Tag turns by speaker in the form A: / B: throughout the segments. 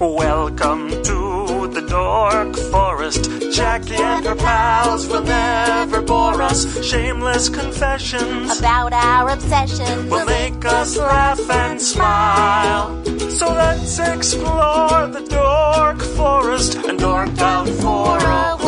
A: Welcome to the Dork Forest. Jackie and her pals will never bore us. Shameless confessions
B: about our obsession.
A: will make us laugh and smile. So let's explore the Dork Forest and dork out for a while.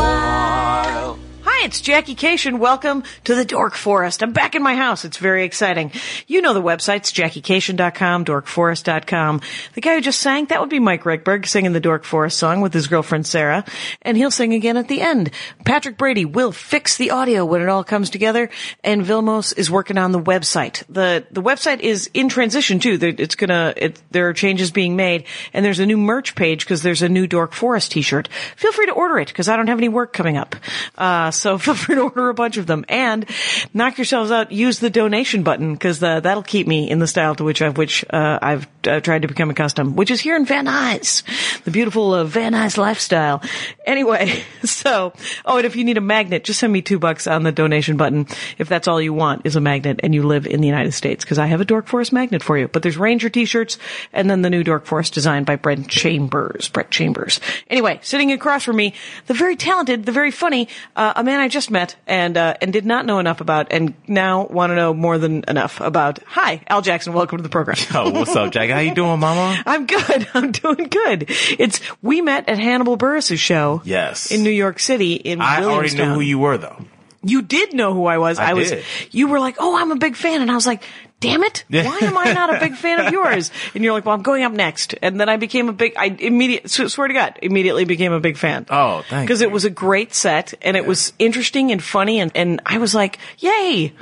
C: Hi, it's Jackie Cation. Welcome to the Dork Forest. I'm back in my house. It's very exciting. You know the websites, JackieCation.com, DorkForest.com. The guy who just sang, that would be Mike Rickberg singing the Dork Forest song with his girlfriend Sarah. And he'll sing again at the end. Patrick Brady will fix the audio when it all comes together. And Vilmos is working on the website. The, the website is in transition too. There- It's gonna, uh, it, there are changes being made. And there's a new merch page because there's a new Dork Forest t-shirt. Feel free to order it because I don't have any work coming up. Uh, so feel free to order a bunch of them and knock yourselves out. Use the donation button because that'll keep me in the style to which I've which uh, I've uh, tried to become accustomed, which is here in Van Nuys, the beautiful uh, Van Nuys lifestyle. Anyway, so oh, and if you need a magnet, just send me two bucks on the donation button if that's all you want is a magnet and you live in the United States because I have a Dork Forest magnet for you. But there's Ranger t-shirts and then the new Dork Forest designed by Brent Chambers. Brett Chambers. Anyway, sitting across from me, the very talented, the very funny, uh, a man I just met and uh, and did not know enough about, and now want to know more than enough about. Hi, Al Jackson. Welcome to the program.
D: Oh, what's up, Jack? How you doing, Mama?
C: I'm good. I'm doing good. It's we met at Hannibal Burris's show.
D: Yes.
C: in New York City. In
D: I already knew
C: Williamstown.
D: who you were, though.
C: You did know who I was.
D: I
C: was.
D: did.
C: You were like, "Oh, I'm a big fan," and I was like, "Damn it!
D: Yeah.
C: Why am I not a big fan of yours?" And you're like, "Well, I'm going up next." And then I became a big. I immediate s- swear to God, immediately became a big fan.
D: Oh, thank
C: Because it
D: you.
C: was a great set, and it was interesting and funny, and and I was like, "Yay!"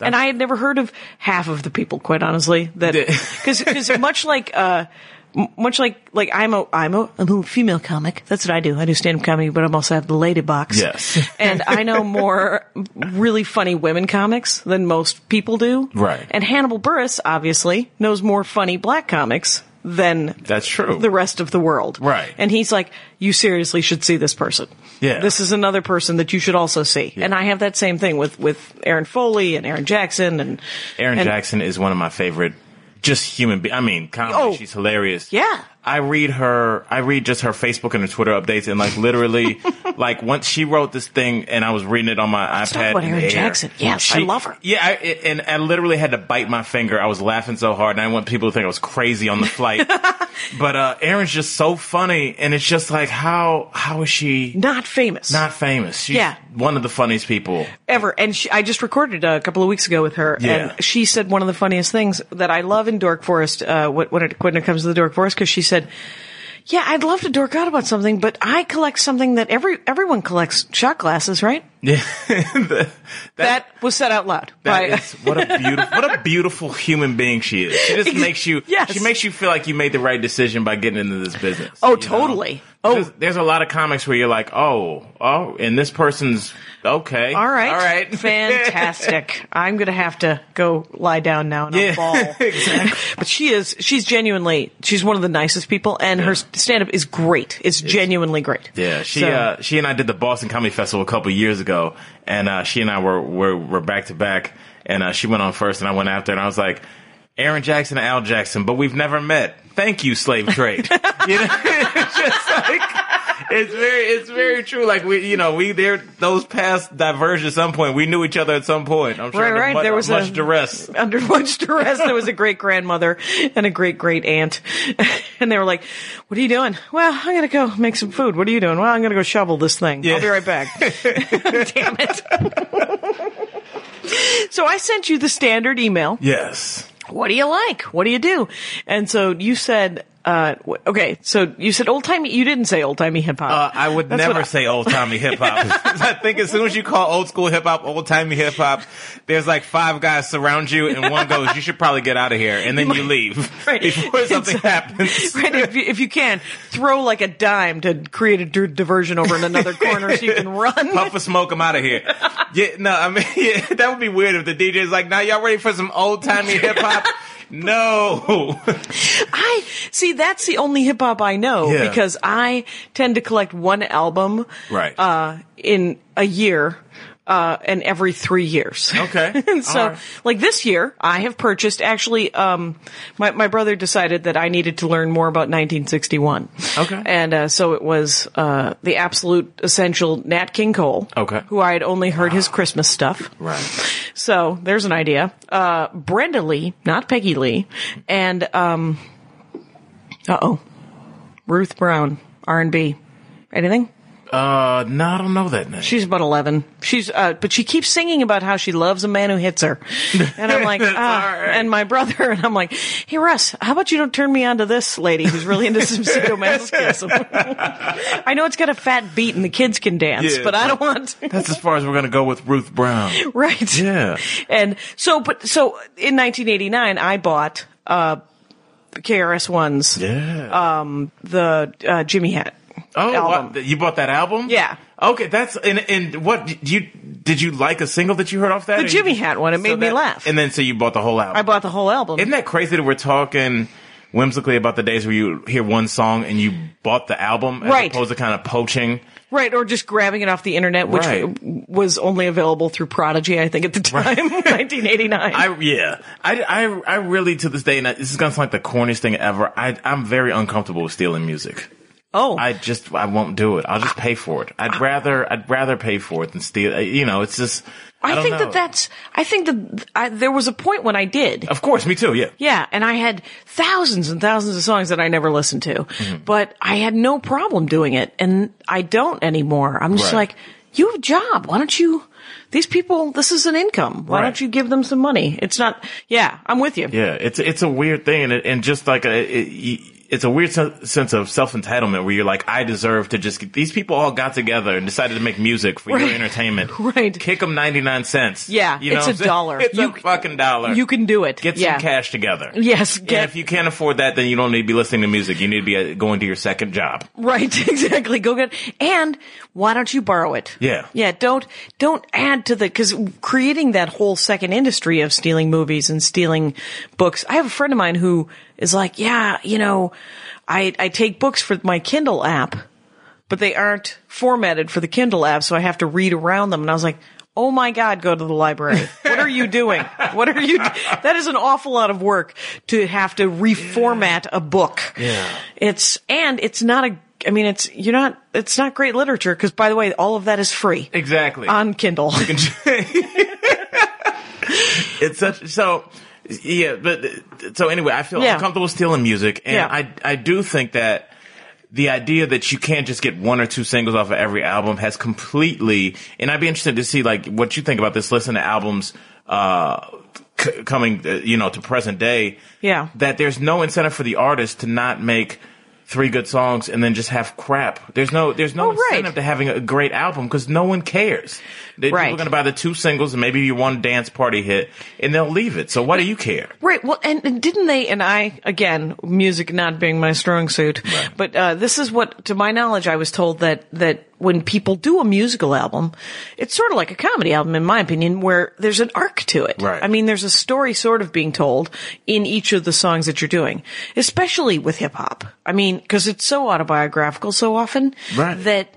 C: and I had never heard of half of the people, quite honestly. That
D: Yeah.
C: because because much like. uh m- much like like I'm a I'm a I'm a female comic. That's what I do. I do stand up comedy, but I'm also have the lady box.
D: Yes.
C: and I know more really funny women comics than most people do.
D: Right.
C: And Hannibal Burris obviously knows more funny black comics than
D: That's true.
C: the rest of the world.
D: Right.
C: And he's like, you seriously should see this person.
D: Yeah.
C: This is another person that you should also see.
D: Yeah.
C: And I have that same thing with with Aaron Foley and Aaron Jackson and
D: Aaron
C: and-
D: Jackson is one of my favorite, just human. Be- I mean, comedy.
C: Oh.
D: she's hilarious.
C: Yeah.
D: I read her. I read just her Facebook and her Twitter updates, and like literally, like once she wrote this thing, and I was reading it on my iPad.
C: talk about
D: in the
C: Erin
D: air.
C: Jackson. Yes, I love her.
D: Yeah, I, it- and I literally had to bite my finger. I was laughing so hard, and I didn't want people to think I was crazy on the flight. but uh Erin's just so funny, and it's just like how how is she
C: not famous.
D: not famous? She's
C: Yeah.
D: one of the funniest people.
C: ever. And she, I just recorded a couple of weeks ago with her,
D: Yeah.
C: and she said one of the funniest things that I love in Dork Forest uh, wh- when it when it comes to the Dork Forest because she said. Yeah, I'd love to dork out about something, but I collect something that every everyone collects shot glasses, right?
D: Yeah, that,
C: That, was said out loud.
D: That
C: by-
D: is- what a beautiful what a beautiful human being she is. She just makes you
C: Yes.
D: she makes you feel like you made the right decision by getting into this business.
C: Oh,
D: you know?
C: totally. Oh.
D: There's- there's a lot of comics where you're like, "Oh, oh, and this person's okay."
C: all right,
D: All right.
C: fantastic. I'm gonna have to go lie down now and I'll
D: Yeah,
C: fall.
D: exactly.
C: But she is she's genuinely she's one of the nicest people, and her stand up is great. It's, genuinely great.
D: Yeah, she
C: So-
D: uh, she and I did the Boston Comedy Festival a couple years ago, and uh, she and I were were were back to back, and uh, she went on first, and I went after, and I was like, Aaron Jackson, and Al Jackson, but we've never met. Thank you, slave trade. you know, it's just like it's very it's very true. Like we, you know, we there those paths diverged at some point. We knew each other at some point. I'm sure
C: Right,
D: under
C: right,
D: mu-
C: there was
D: much
C: a-
D: duress.
C: under much duress. There was a great grandmother and a great great aunt, and they were like, "What are you doing?" Well, I'm gonna go make some food. What are you doing? Well, I'm gonna go shovel this thing. I'll be right back. Damn it. So I sent you the standard email.
D: Yes.
C: What do you like? What do you do? And so you said, uh, w- okay, so you said old timey, you didn't say old timey hip hop.
D: Uh, I would
C: That's
D: never
C: what I-
D: say old timey hip hop. I think as soon as you call old school hip hop old timey hip hop, there's like five guys surround you, and one goes, "You should probably get out of here," and then you leave
C: Right.
D: before something
C: Exactly.
D: happens.
C: Right, if you, if you can, throw like a dime to create a d- diversion over in another corner so you can run.
D: Puff a smoke, I'm out of here. Yeah, no, I mean yeah, that would be weird if the DJ's like, "Now y'all ready for some old timey hip hop?" No,
C: I see. That's the only hip hop I know
D: Yeah.
C: because I tend to collect one album,
D: Right.
C: uh, in a year. uh, and every three years.
D: Okay.
C: and so,
D: All right.
C: like this year, I have purchased actually, um, my, my brother decided that I needed to learn more about 1961.
D: Okay.
C: And, uh, so it was, uh, the absolute essential Nat King Cole.
D: Okay.
C: Who I had only heard his Christmas stuff.
D: Right.
C: So there's an idea. Uh, Brenda Lee, not Peggy Lee, and um, uh oh, Ruth Brown, R and B. Anything?
D: Uh, no, I don't know that name.
C: She's about eleven. She's uh, but she keeps singing about how she loves a man who hits her, and I'm like,
D: That's
C: ah,
D: all right.
C: and my brother, and I'm like, hey Russ, how about you don't turn me on to this lady who's really into some sadomasochism? I know it's got a fat beat and the kids can dance,
D: Yeah.
C: but I don't want. to.
D: That's as far as we're gonna go with Ruth Brown.
C: Right.
D: Yeah.
C: And so, but so in 1989, I bought uh, KRS One's
D: Yeah.
C: the uh, Jimmy Hat.
D: oh,
C: album.
D: wow. you bought that album?
C: Yeah.
D: Okay, that's and and what did you did you like a single that you heard off that?
C: The
D: Or you-
C: Jimmy Hat one. It
D: so
C: made me
D: that-
C: laugh.
D: And then so you bought the whole album.
C: I bought the whole album.
D: Isn't that crazy that we're talking whimsically about the days where you hear one song and you bought the album as
C: Right.
D: opposed to kind of poaching?
C: right, or just grabbing it off the internet, which
D: Right.
C: was only available through Prodigy, I think, at the time, 1989.
D: I yeah, I, I, I really to this day, and this is gonna sound like the corniest thing ever. I I'm very uncomfortable with stealing music.
C: oh,
D: I just I won't do it. I'll just pay for it. I'd rather I'd rather pay for it than steal. uh, You know, it's just. I,
C: I
D: don't
C: think
D: know.
C: that that's. I think that I, there was a point when I did.
D: Of course, me too. Yeah.
C: Yeah, and I had thousands and thousands of songs that I never listened to,
D: Mm-hmm.
C: but I had no problem doing it, and I don't anymore. I'm just
D: Right.
C: like, you have a job. Why don't you? These people, this is an income. Why
D: Right.
C: don't you give them some money? It's not. Yeah, I'm with you.
D: Yeah, it's it's a weird thing, and, it, and just like a, it, you- it's a weird sen- sense of self entitlement where you're like, I deserve to just. get- These people all got together and decided to make music for your
C: Right.
D: entertainment.
C: Right.
D: Kick them ninety nine cents.
C: Yeah, it's
D: what
C: a
D: I'm saying?
C: dollar.
D: It's
C: You-
D: a fucking dollar.
C: You can do it.
D: get some
C: yeah.
D: cash together.
C: Yes,
D: and
C: get-
D: if you can't afford that, then you don't need to be listening to music. You need to be uh, going to your second job.
C: Right, exactly. Go get, and why don't you borrow it?
D: Yeah.
C: Yeah. Don't, don't add to the, cause creating that whole second industry of stealing movies and stealing books. I have a friend of mine who is like, yeah, you know, I, I take books for my Kindle app, but they aren't formatted for the Kindle app. So I have to read around them. And I was like, Oh my God, go to the library. What are you doing? What are you, do- that is an awful lot of work to have to reformat a book.
D: Yeah.
C: It's and it's not a. I mean, it's you're not. It's not great literature because, by the way, all of that is free
D: Exactly.
C: on Kindle.
D: it's such so yeah but so anyway i feel
C: Yeah.
D: uncomfortable stealing music and
C: Yeah.
D: i i do think that the idea that you can't just get one or two singles off of every album has completely and i'd be interested to see like what you think about this listen to albums uh c- coming uh, you know to present day
C: Yeah.
D: that there's no incentive for the artist to not make three good songs and then just have crap there's no there's no
C: Oh, right.
D: incentive to having a great album because no one cares They-
C: Right.
D: people are going to buy the two singles and maybe your one dance party hit, and they'll leave it. So why do you care?
C: Right. Well, and, and didn't they? And I, again, music not being my strong suit, but uh, this is what, to my knowledge, I was told that that when people do a musical album, it's sort of like a comedy album, in my opinion, where there's an arc to it.
D: Right.
C: I mean, there's a story sort of being told in each of the songs that you're doing, especially with hip hop. I mean, because it's so autobiographical so often
D: Right.
C: that.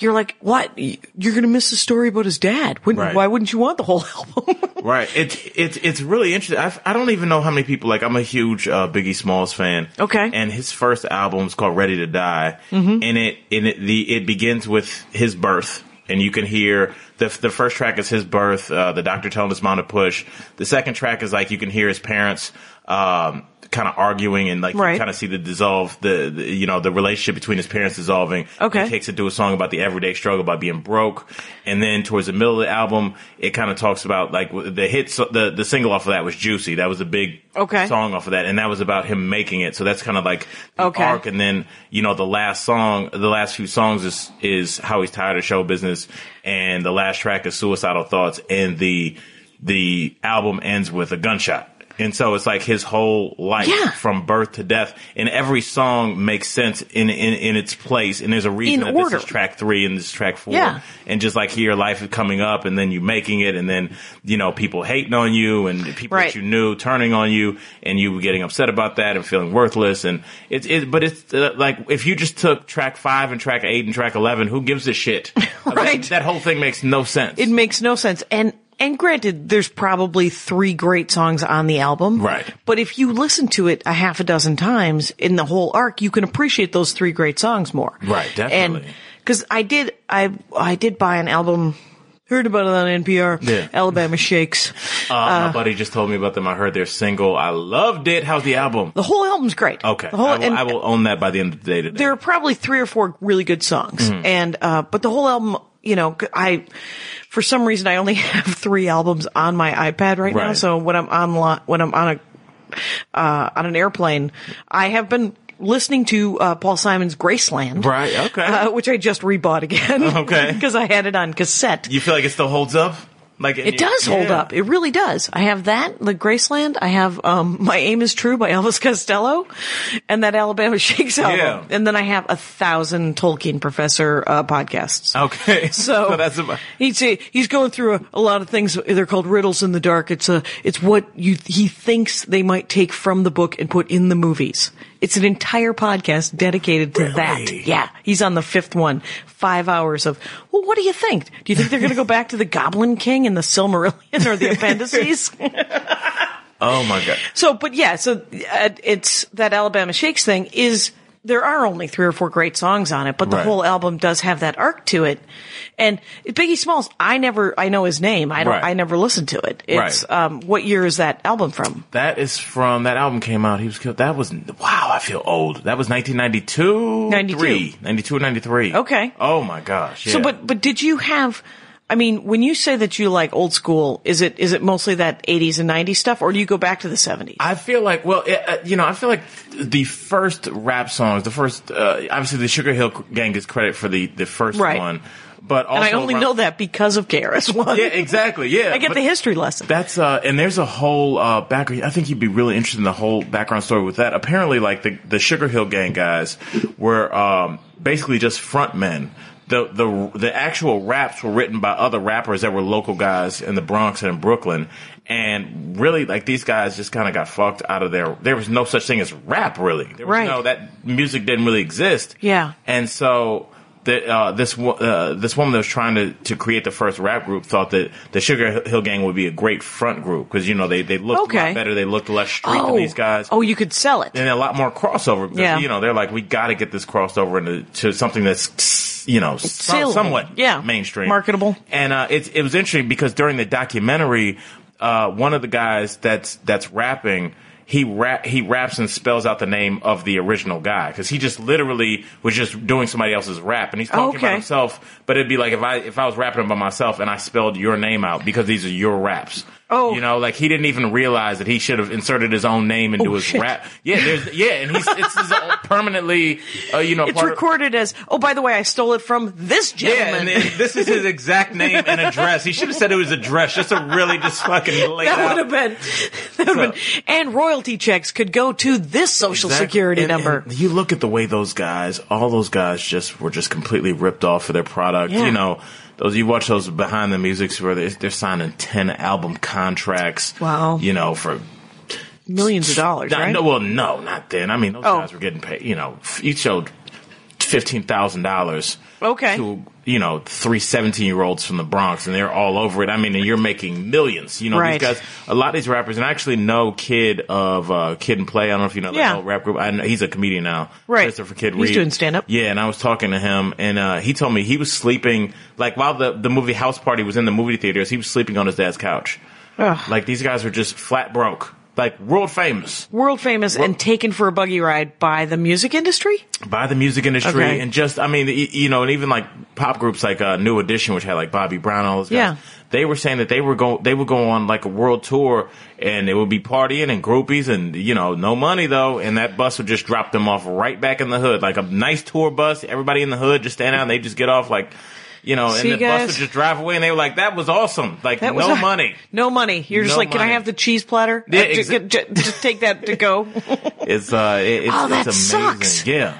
C: You're like, what? You're gonna miss the story about his dad. Wouldn't,
D: Right.
C: Why wouldn't you want the whole album?
D: Right. It's it's it's really interesting. I've, I don't even know how many people like. I'm a huge uh, Biggie Smalls fan.
C: Okay. Mm-hmm.
D: And his first album's called Ready to Die, and it and it the it begins with his birth. And you can hear the the first track is his birth, uh, the doctor telling his mom to push. The second track is like you can hear his parents um, kind of arguing and like
C: Right.
D: you kind of see the dissolve the, the you know the relationship between his parents dissolving.
C: Okay.
D: He takes it to a song about the everyday struggle about being broke, and then towards the middle of the album, it kind of talks about like w- the hit so- the the single off of that was Juicy. That was a big
C: Okay.
D: song off of that, and that was about him making it. So that's kind of like the
C: Okay.
D: arc. And then you know the last song, the last few songs is is how he's tired of show business, and the last track is suicidal thoughts, and the the album ends with a gunshot. And so it's like his whole life
C: Yeah.
D: from birth to death, and every song makes sense in in, in its place. And there's a reason
C: In
D: that
C: order.
D: this is track three and this is track four,
C: Yeah.
D: and just like your life is coming up, and then you making it, and then you know people hating on you, and the people
C: Right.
D: that you knew turning on you, and you getting upset about that and feeling worthless. And it's it, but it's uh, like if you just took track five and track eight and track eleven, who gives a shit?
C: Right.
D: That, that whole thing makes no sense.
C: It makes no sense. And and granted, there's probably three great songs on the album.
D: Right.
C: But if you listen to it a half a dozen times in the whole arc, you can appreciate those three great songs more.
D: Right, definitely.
C: Because I did, I I did buy an album. Heard about it on NPR.
D: Yeah.
C: Alabama Shakes.
D: Uh, my buddy just told me about them. I heard their single. I loved it. How's the album?
C: The whole album's great.
D: Okay,
C: The whole,
D: I, will,
C: and-
D: I will own that by the end of the day today.
C: there are probably three or four really good songs,
D: Mm-hmm.
C: and uh, but the whole album, you know, I for some reason I only have three albums on my iPad right, now.
D: Right.
C: So when I'm on lo- when I'm on a uh, on an airplane, I have been listening to uh, Paul Simon's Graceland,
D: Right, okay.
C: uh, which I just rebought again,
D: Okay.
C: because I had it on cassette.
D: you feel like it still holds up? Like
C: It does hold up. It really does. I have that, the Graceland. I have um, My Aim is True by Elvis Costello and that Alabama Shakes album.
D: Yeah.
C: And then I have a thousand Tolkien Professor uh, podcasts.
D: Okay,
C: So
D: that's about.
C: he's he's going through a, a lot of things. They're called riddles in the dark. It's a it's what you he thinks they might take from the book and put in the movies. It's an entire podcast dedicated to
D: Really?
C: that. Yeah, he's on the fifth one. Five hours of well, what do you think? Do you think they're going to go back to the Goblin King and the Silmarillion or the appendices?
D: Oh my god.
C: So, but yeah, so uh, it's that Alabama Shakes thing is there are only three or four great songs on it, but the
D: Right.
C: whole album does have that arc to it. And Biggie Smalls, I never, I know his name. I don't,
D: Right.
C: I never listened to it. It's,
D: Right.
C: um, what year is that album from?
D: That is from that album came out. He was killed. That was wow. I feel old. That was 1992,
C: 92.
D: 93. 92 or 93.
C: Okay.
D: Oh my gosh.
C: So,
D: yeah.
C: but, but did you have, I mean, when you say that you like old school, is it, is it mostly that 80s and 90s stuff or do you go back to the 70s?
D: I feel like, well, it, uh, you know, I feel like the first rap songs, the first, uh, obviously the Sugar Hill Gang gets credit for the, the first
C: Right.
D: one, but also
C: and I only
D: around-
C: know that because of KRS-One.
D: Yeah, exactly. Yeah,
C: I get
D: but-
C: the history lesson.
D: That's uh, and there's a whole uh, background. I think you'd be really interested in the whole background story with that. Apparently, like the the Sugar Hill Gang guys were um, basically just front men. The the the actual raps were written by other rappers that were local guys in the Bronx and in Brooklyn, and really like these guys just kind of got fucked out of their. There was no such thing as rap really. There was
C: Right.
D: No, that music didn't really exist.
C: Yeah.
D: And so the, uh, this wo- uh, this woman that was trying to, to create the first rap group thought that the Sugar Hill Gang would be a great front group because you know they they looked a
C: Okay.
D: lot better, they looked less street than these guys.
C: oh, you could sell it.
D: And a lot more crossover. Because,
C: Yeah.
D: You know, they're like, we got to get this crossed over into to something that's, you know, some,
C: Silly.
D: somewhat
C: Yeah.
D: mainstream.
C: Marketable.
D: And uh, it's it was interesting because during the documentary, uh, one of the guys that's that's rapping. He rap, he raps and spells out the name of the original guy because he just literally was just doing somebody else's rap and he's talking
C: Okay.
D: about himself. But it'd be like if I if I was rapping about myself and I spelled your name out because these are your raps.
C: Oh.
D: you know, like he didn't even realize that he should have inserted his own name into
C: Oh,
D: his
C: shit.
D: rap. Yeah, there's yeah, and he's it's, it's all permanently uh, you know
C: It's
D: part of-
C: recorded as, oh, by the way, I stole it from this
D: yeah,
C: gentleman.
D: and it- this is his exact name and address. He should have said it was address just to really just fucking lay
C: that
D: out.
C: would have been, that would have been, and royalty checks could go to this social
D: Exactly.
C: security
D: And-
C: number.
D: and you look at the way those guys, all those guys, just were just completely ripped off for their product.
C: Yeah.
D: You know, those you watch those behind the musics where they're, they're signing ten album contracts.
C: Wow.
D: you know for
C: Millions of dollars,
D: Not-
C: right?
D: No, well, no, not then. I mean, those
C: Oh.
D: guys were getting paid. You know, f- each showed fifteen thousand dollars.
C: Okay.
D: To you know, three 17 year olds from the Bronx, and they're all over it. I mean, and you're making millions. You know,
C: Right.
D: these guys. A lot of these rappers, and I actually know Kid of uh, Kid and Play. I don't know if you know
C: Yeah.
D: that old rap group. I know, he's a comedian now.
C: Right.
D: Christopher Kid.
C: He's
D: Reed.
C: doing stand-up.
D: Yeah, and I was talking to him, and uh, he told me he was sleeping like while the the movie House Party was in the movie theaters. He was sleeping on his dad's couch. Like these guys were just flat broke. Like world famous.
C: World famous and taken for a buggy ride by the music industry?
D: by the music industry
C: Okay.
D: and just I mean y- you know and even like pop groups like uh, New Edition which had like Bobby Brown all those guys
C: Yeah.
D: they were saying that they were going they would go on like a world tour and it would be partying and groupies and you know no money though and that bus would just drop them off right back in the hood like a nice tour bus everybody in the hood just stand out and they just get off like you know,
C: See
D: and
C: you
D: the bus would
C: guys.
D: just drive away, and they were like, "That was awesome! Like
C: That was
D: no
C: a-
D: money."
C: No money. You're just
D: No
C: like, can I
D: money.
C: have the cheese platter?
D: Yeah,
C: Uh, ju-
D: exa-
C: ju- just take that to go.
D: It's uh, it, it's,
C: Oh, that
D: it's amazing.
C: sucks.
D: Yeah.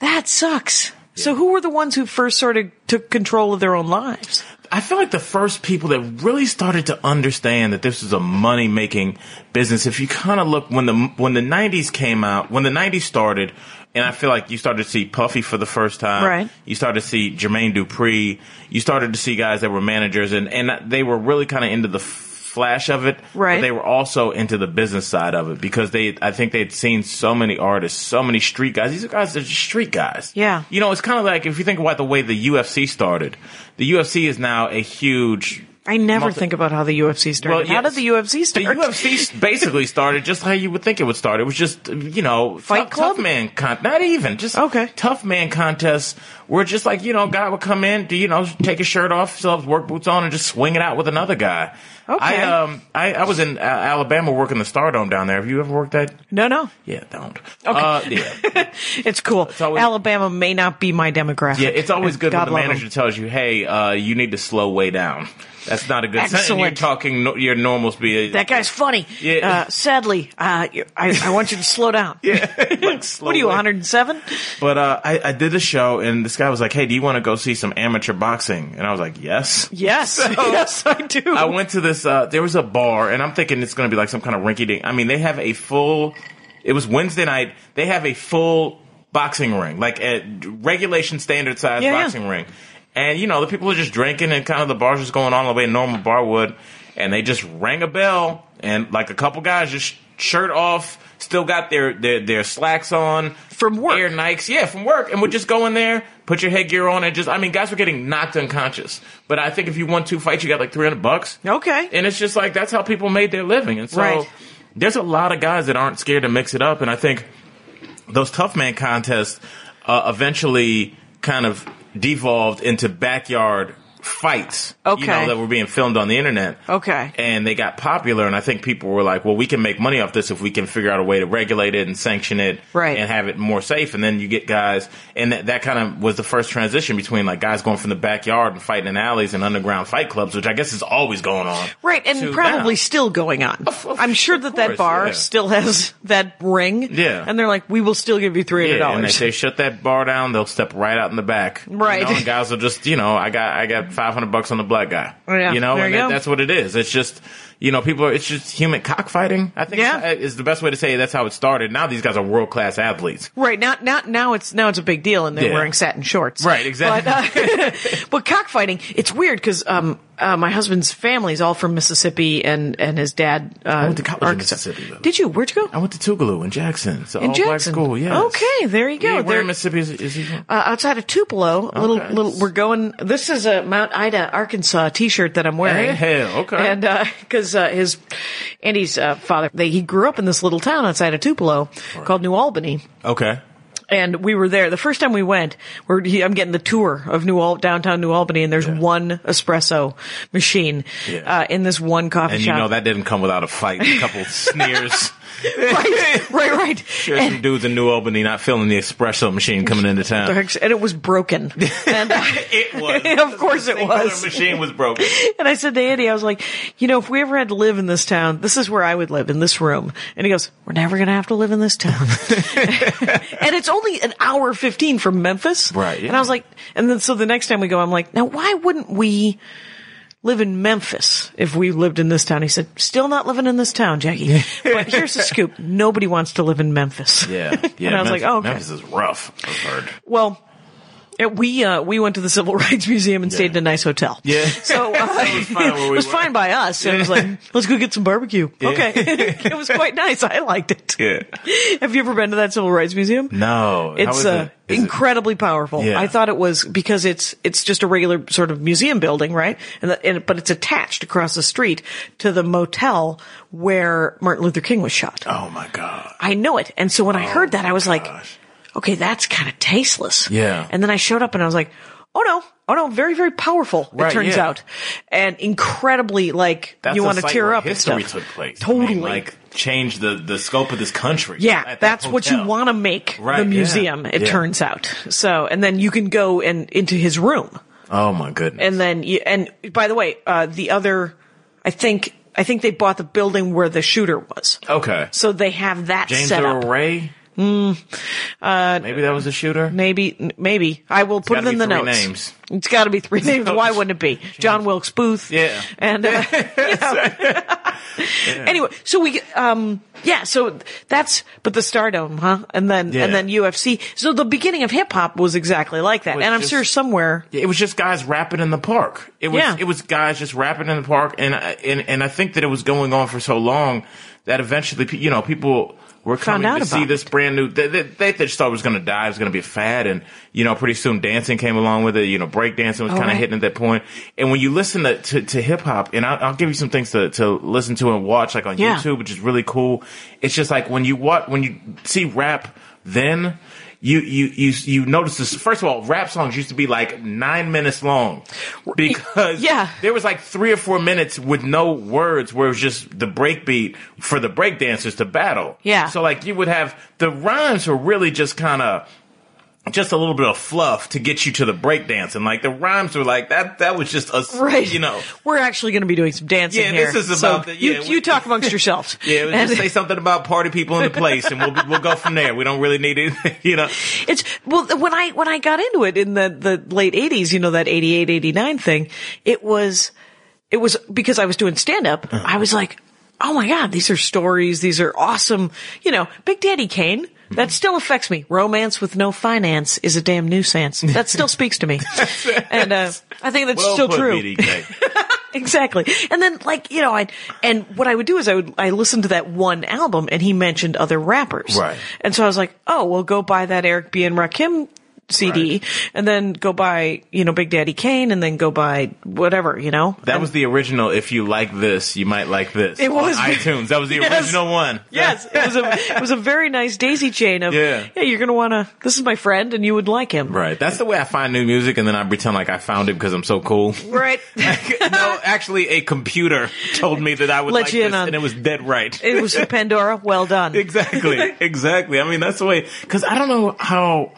C: that sucks. So who were the ones who first sort of took control of their own lives?
D: I feel like the first people that really started to understand that this was a money making business. If you kind of look when the when the '90s came out, when the '90s started, and I feel like you started to see Puffy for the first time.
C: Right.
D: You started to see Jermaine Dupri. You started to see guys that were managers, and and they were really kind of into the flash of it.
C: Right.
D: But they were also into the business side of it because they, I think they'd seen so many artists, so many street guys. These are guys that are just street guys.
C: Yeah.
D: You know, it's kind of like if you think about the way the UFC started, the UFC is now a huge.
C: I never
D: Multi-
C: think about how the UFC started.
D: Well,
C: How
D: yes.
C: did the UFC
D: The
C: start?
D: UFC basically started just how you would think it would start. It was just you know
C: Fight
D: tough,
C: Club?
D: tough man con- not even just
C: Okay.
D: tough man contests where just like you know a guy would come in, do you know take his shirt off, still have his work boots on, and just swing it out with another guy.
C: Okay.
D: I um I, I was in uh, Alabama working the Stardome down there. Have you ever worked that?
C: no, no.
D: Yeah, don't. Uh, yeah.
C: It's cool.
D: always-
C: Alabama may not be my demographic.
D: Yeah, it's always good
C: God
D: when the
C: love 'em.
D: manager tells you, "Hey, uh, you need to slow way down." That's not a good sentence. You're
C: Excellent.
D: talking no, your normal speed.
C: That guy's funny.
D: Yeah.
C: Uh, sadly, uh, you- I, I want you to slow down.
D: like, slow
C: What are you,
D: way.
C: 107?
D: But uh, I, I did a show, and this guy was like, "Hey, do you want to go see some amateur boxing?" And I was like, "Yes."
C: Yes. yes, I do.
D: I went to this. Uh, there was a bar, and I'm thinking it's going to be like some kind of rinky dink. I mean, they have a full. It was Wednesday night. They have a full boxing ring, like a regulation standard size
C: Yeah, yeah.
D: boxing ring. And you know, the people are just drinking, and kind of the bar's just going on the way a normal bar would. And they just rang a bell, and like a couple guys just shirt off, still got their their, their slacks on
C: From work.
D: Air Nikes, yeah, from work, and would just go in there, put your headgear on, and just. I mean, guys were getting knocked unconscious. But I think if you won two fights, you got like three hundred bucks.
C: Okay.
D: And it's just like that's how people made their living. And so
C: Right.
D: there's a lot of guys that aren't scared to mix it up. And I think those tough man contests uh, eventually kind of devolved into backyard fights.
C: Okay.
D: You know, that were being filmed on the internet.
C: Okay.
D: And they got popular. And I think people were like, well, we can make money off this if we can figure out a way to regulate it and sanction it
C: Right.
D: and have it more safe. And then you get guys, and that, that kind of was the first transition between like guys going from the backyard and fighting in alleys and underground fight clubs, which I guess is always going on.
C: Right, and
D: to
C: probably
D: now.
C: still going on.
D: of-
C: I'm sure
D: of
C: that that
D: course,
C: bar
D: yeah.
C: still has that ring.
D: Yeah.
C: And they're like, we will still give you $300.
D: Yeah, and if they shut that bar down, they'll step right out in the back. You
C: Right.
D: know, and guys will just, you know, I got I got five hundred bucks on the black guy.
C: Yeah,
D: You know,
C: there
D: and
C: you
D: that,
C: go.
D: that's what it is. It's just you know, people are it's just human cockfighting. I think
C: Yeah.
D: is is the best way to say that's how it started. Now these guys are world class athletes.
C: Right now, now, now it's now it's a big deal, and they're
D: Yeah.
C: wearing satin shorts.
D: Right, exactly.
C: But, uh, but cockfighting, it's weird because um, uh, my husband's family's all from Mississippi, and and his dad. Uh,
D: went to college in
C: Arkansas.
D: Mississippi, though.
C: Did you? Where'd you go?
D: I went to Tougaloo in Jackson. So
C: In
D: all black
C: Jackson.
D: school, yeah.
C: Okay, there you go.
D: Yeah, where
C: There-
D: in Mississippi is, is he from?
C: uh, outside of Tupelo, a little,
D: Okay.
C: little, we're going, this is a Mount Ida, Arkansas t-shirt that I'm wearing.
D: Hey, hell, okay.
C: And, uh, cause, uh, his, Andy's, uh, father, they, he grew up in this little town outside of Tupelo called New Albany
D: okay.
C: and we were there the first time we went. We're, he, I'm getting the tour of New Al- downtown New Albany, and there's one espresso machine
D: Yeah.
C: uh, in this one coffee
D: And you
C: shop.
D: know that didn't come without a fight, a couple sneers.
C: right, right, right.
D: There's some dudes in New Albany not feeling the espresso machine coming into town.
C: And it was broken. And, uh,
D: It was.
C: Of course it
D: Singular
C: was.
D: machine was broken.
C: and I said to Andy, I was like, you know, if we ever had to live in this town, this is where I would live in this room. And he goes, we're never going to have to live in this town. and it's only an hour 15 from Memphis.
D: Right, yeah.
C: And I was like, and then so the next time we go, I'm like, now why wouldn't we live in Memphis if we lived in this town? He said, still not living in this town, Jackie. but here's the scoop. Nobody wants to live in Memphis.
D: Yeah, yeah.
C: and I was
D: Memphis,
C: like, oh, okay.
D: Memphis is rough. I've heard.
C: Well, uh, we uh, we went to the Civil Rights Museum and stayed in a nice hotel.
D: Yeah.
C: so uh,
D: It was fine where
C: it
D: we
C: was
D: were.
C: fine by us. It was like, let's go get some barbecue. Okay, it was quite nice. I liked it. Have you ever been to that Civil Rights Museum?
D: No, how
C: It's
D: is
C: uh,
D: it? Is it-
C: incredibly powerful.
D: Yeah.
C: I thought it was because it's it's just a regular sort of museum building, right? And, the, and but it's attached across the street to the motel where Martin Luther King was shot.
D: oh my god.
C: I know it. And so when I heard that, I was like,
D: gosh.
C: okay, that's kind of tasteless.
D: Yeah.
C: And then I showed up and I was like, oh no, oh no, very, very powerful.
D: Right,
C: it turns
D: yeah.
C: out and incredibly like
D: That's
C: you
D: a
C: want to
D: site
C: tear
D: where
C: up.
D: History
C: and stuff.
D: took place. I mean,
C: Totally.
D: like changed the the scope of this country. at
C: yeah,
D: that
C: that's what you
D: hotel.
C: want to make
D: Right,
C: the
D: yeah.
C: museum. It
D: Yeah.
C: turns out. So, and then you can go and into his room.
D: Oh my goodness.
C: and then you, and by the way, uh, the other, I think, I think they bought the building where the shooter was.
D: okay.
C: So they have that
D: James
C: set up.
D: Earl Ray. uh, maybe that was a shooter.
C: Maybe, maybe I will put it
D: gotta
C: in
D: be
C: the
D: three
C: notes.
D: names.
C: It's got to be three names. Why wouldn't it be John Wilkes Booth?
D: Yeah.
C: And uh, yeah. anyway, so we um yeah, so that's but the Stardom, huh? And then
D: Yeah.
C: and then UFC. So the beginning of hip hop was exactly like that,
D: Was
C: and I'm
D: just-
C: sure somewhere.
D: It was just guys rapping in the park. It was
C: Yeah.
D: it was guys just rapping in the park, and I- and and I think that it was going on for so long that eventually, pe- you know, people were
C: Found
D: coming
C: out
D: to see
C: about
D: this brand new. They, they, they just thought it was going to die. It was going to be a fad, and you know, pretty soon dancing came along with it. You know, break dancing was
C: Oh,
D: kind
C: right.
D: of hitting at that point. And when you listen to to, to hip hop, and I'll, I'll give you some things to to listen to and watch, like on
C: Yeah.
D: YouTube, which is really cool. It's just like when you watch when you see rap, then you you you you notice this. First of all, rap songs used to be like nine minutes long because
C: Yeah.
D: there was like three or four minutes with no words, where it was just the break beat for the break dancers to battle.
C: Yeah.
D: so like you would have the rhymes were really just kind of just a little bit of fluff to get you to the breakdance. And like the rhymes were like that that was just us
C: Right,
D: you know.
C: we're actually going to be doing some dancing
D: Yeah,
C: here.
D: this is
C: So
D: about the- yeah,
C: you,
D: we-
C: you talk amongst yourselves.
D: Yeah, it was
C: And-
D: just say something about party people in the place and we'll be- we'll go from there. We don't really need it, you know.
C: It's well when I when I got into it in the the late eighties, you know that 88, 89 thing. It was it was because I was doing stand up.
D: Uh-huh.
C: I was like, oh my god, these are stories. These are awesome. You know, Big Daddy Kane.
D: Mm-hmm.
C: That still affects me. Romance with no finance is a damn nuisance. That still speaks to me, and uh, I think that's
D: Well
C: still
D: put,
C: true
D: BDK.
C: exactly. And then like, you know, I and what I would do is I would I listened to that one album and he mentioned other rappers.
D: Right.
C: And so I was like, "Oh, well go buy that Eric B and Rakim CD
D: Right.
C: and then go buy, you know, Big Daddy Kane and then go buy whatever, you know."
D: That was the original. If you like this, you might like this.
C: It was-
D: on iTunes. That was the
C: Yes.
D: original one.
C: Yes, it was a it was a very nice daisy chain of
D: Yeah.
C: you're going to want to this is my friend and you would like him.
D: Right. That's the way I find new music, and then I pretend like I found it because I'm so cool.
C: Right.
D: no, actually, a computer told me that I would
C: Let
D: like
C: you in
D: this,
C: on-
D: and it was dead right.
C: it was Pandora. Well done.
D: exactly, exactly. I mean, that's the way. Because I don't know how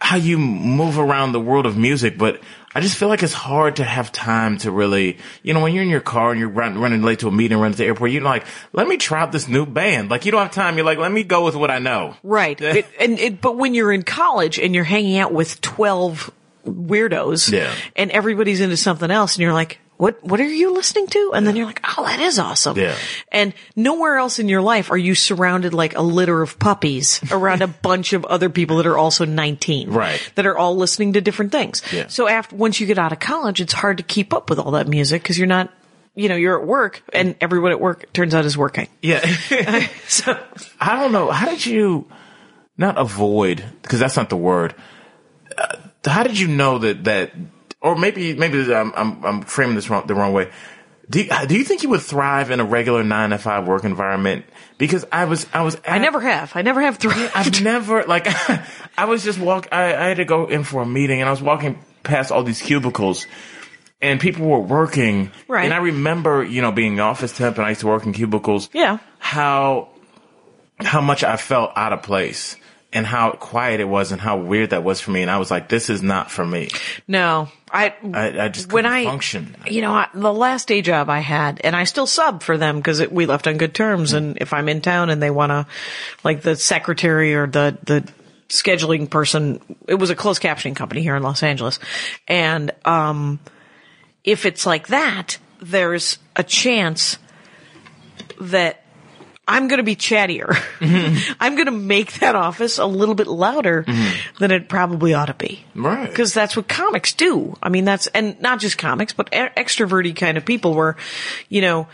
D: how you move around the world of music, but I just feel like it's hard to have time to really, you know, when you're in your car and you're run, running late to a meeting, running to the airport, you're like, let me try out this new band. Like, you don't have time. You're like, let me go with what I know.
C: Right. It- and it, but when you're in college and you're hanging out with 12 weirdos
D: Yeah.
C: and everybody's into something else and you're like, what, what are you listening to? And then you're like, oh, that is awesome.
D: Yeah.
C: And nowhere else in your life are you surrounded like a litter of puppies around a bunch of other people that are also 19.
D: Right.
C: That are all listening to different things.
D: Yeah.
C: So after, once you get out of college, it's hard to keep up with all that music because you're not, you know, you're at work and everyone at work it turns out is working.
D: Yeah.
C: So
D: I don't know. How did you not avoid? Because that's not the word. Uh, how did you know that that, or maybe maybe I'm I'm, I'm framing this wrong, the wrong way. Do you, do you think you would thrive in a regular nine to five work environment? Because I was I was
C: I never have. I never have three.
D: I've never like I was just walk. I, I had to go in for a meeting, and I was walking past all these cubicles, and people were working.
C: Right.
D: And I remember, you know, being an office temp, and I used to work in cubicles.
C: Yeah.
D: How how much I felt out of place, and how quiet it was, and how weird that was for me. And I was like, this is not for me.
C: No, I,
D: I- I just
C: when
D: couldn't
C: I
D: function.
C: You know, I, the last day job I had, and I still sub for them because we left on good
D: Mm-hmm.
C: terms. And if I'm in town and they want to, like the secretary or the the scheduling person, it was a closed captioning company here in Los Angeles, and um, if it's like that, there's a chance that I'm going to be chattier.
D: Mm-hmm.
C: I'm going to make that office a little bit louder than it probably ought to be.
D: Right.
C: Because that's what comics do. I mean, that's, and not just comics, but e- extroverty kind of people were, you know,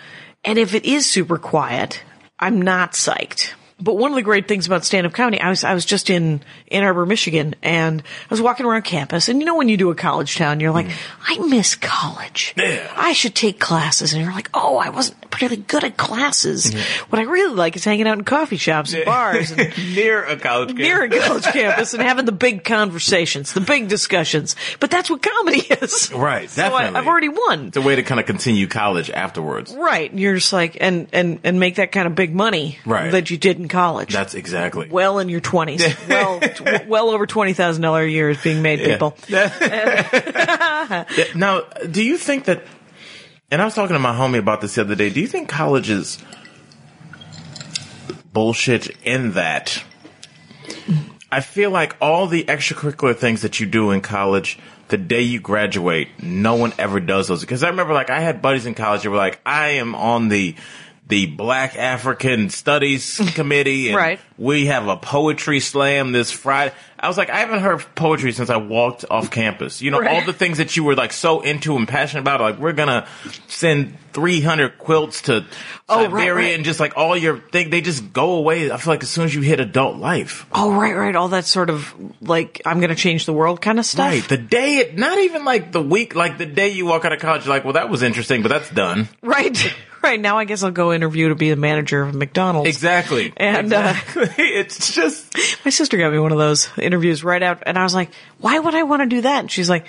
C: and if it is super quiet, I'm not psyched. But one of the great things about stand-up comedy, I was, I was just in Ann Arbor, Michigan, and I was walking around campus, and you know when you do a college town, you're like, I miss college.
D: Yeah.
C: I should take classes. And you're like, oh, I wasn't particularly good at classes. What I really like is hanging out in coffee shops and bars and
D: near a college campus.
C: near a college campus and having the big conversations, the big discussions. But that's what comedy is.
D: Right,
C: So I,
D: definitely.
C: I've already won.
D: It's a way to kind of continue college afterwards.
C: Right. And you're just like, and, and, and make that kind of big money
D: Right.
C: that you did in in college.
D: That's exactly.
C: well in your 20s. well, t- well over $20,000 a year is being made, people.
D: Yeah, Now, do you think that? And I was talking to my homie about this the other day. Do you think college is bullshit in that? I feel like all the extracurricular things that you do in college, the day you graduate, no one ever does those. Because I remember, like, I had buddies in college that were like, "I am on the the Black African Studies Committee, and
C: Right.
D: we have a poetry slam this Friday." I was like, "I haven't heard poetry since I walked off campus." You know,
C: Right.
D: all the things that you were like so into and passionate about, like we're gonna send three hundred quilts to
C: Oh, right,
D: Siberia
C: right.
D: and just like all your thing, they just go away. I feel like as soon as you hit adult life.
C: Oh, right, right. All that sort of like, I'm going to change the world kind of stuff.
D: Right. The day, it, not even like the week, like the day you walk out of college, you're like, well, that was interesting, but that's done.
C: Right. Right. Now I guess I'll go interview to be the manager of McDonald's.
D: Exactly.
C: And, uh,
D: it's just,
C: My sister got me one of those interviews right out, and I was like, "Why would I want to do that?" And she's like,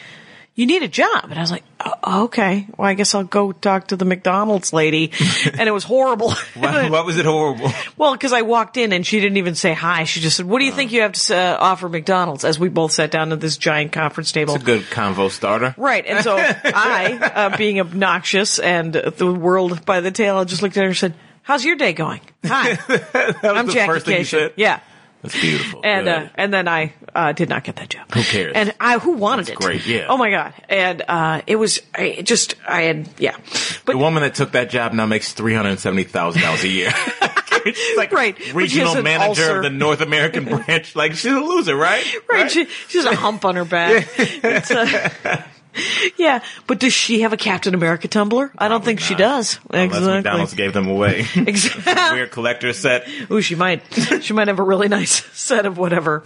C: "You need a job." And I was like, oh, "Okay, well, I guess I'll go talk to the McDonald's lady." and it was horrible.
D: was it horrible?
C: well, because I walked in and she didn't even say hi. She just said, "What do you think you have to uh, offer McDonald's?" As we both sat down at this giant conference table.
D: It's a good convo starter.
C: Right, and so I, uh, being obnoxious and the world by the tail, I just looked at her and said, "How's your day going?" Hi,
D: That was
C: I'm
D: the
C: Jackie
D: first thing you
C: Cation.
D: said.
C: Yeah,
D: That's beautiful.
C: and uh,
D: Good.
C: and then I uh, did not get that job. Who
D: cares?
C: And I who wanted it?
D: great, yeah.
C: Oh my god! And uh, it was I it just I had yeah, but
D: the woman that took that job now makes three hundred seventy thousand dollars a year. She's like
C: Right, but she has
D: regional
C: an
D: manager
C: ulcer.
D: of the North American branch. Like she's a loser, right?
C: right, She, she has a hump on her back. It's, uh, yeah, but does she have a Captain America tumbler? I don't think she does.
D: Unless Oh, McDonald's
C: Exactly.
D: gave them away.
C: Exactly.
D: Weird collector set.
C: Ooh, she might. She might have a really nice set of whatever.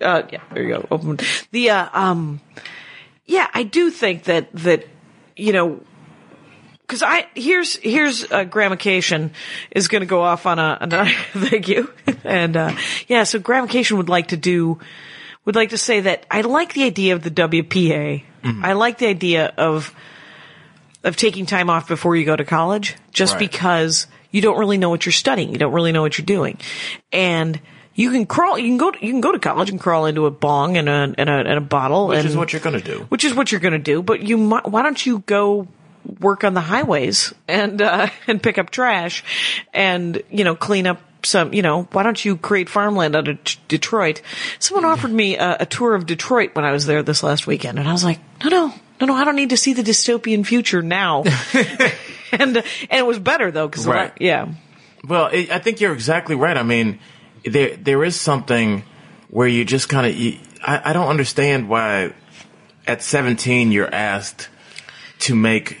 C: Uh, yeah, there you go. Open the. Uh, um, yeah, I do think that that you know. Because I here's here's uh, Gramication is going to go off on a, on a- thank you and uh, yeah so Gramication would like to do would like to say that I like the idea of the WPA
D: Mm-hmm.
C: I like the idea of of taking time off before you go to college just
D: Right.
C: because you don't really know what you're studying. You don't really know what you're doing. And you can crawl, you can go, you can go to college and crawl into a bong and a, and a, and a bottle.
D: Which
C: and,
D: is what you're gonna do.
C: which is what you're going to do. But you, mi- why don't you go work on the highways and uh, and pick up trash, and you know clean up some. You know, why don't you create farmland out of t- Detroit? Someone offered me a, a tour of Detroit when I was there this last weekend, and I was like, no, no, no, no, I don't need to see the dystopian future now. and and it was better though because
D: Right.
C: yeah,
D: Well, it, I think you're exactly right. I mean, there there is something where you just kind of I, I don't understand why at 17 you're asked to make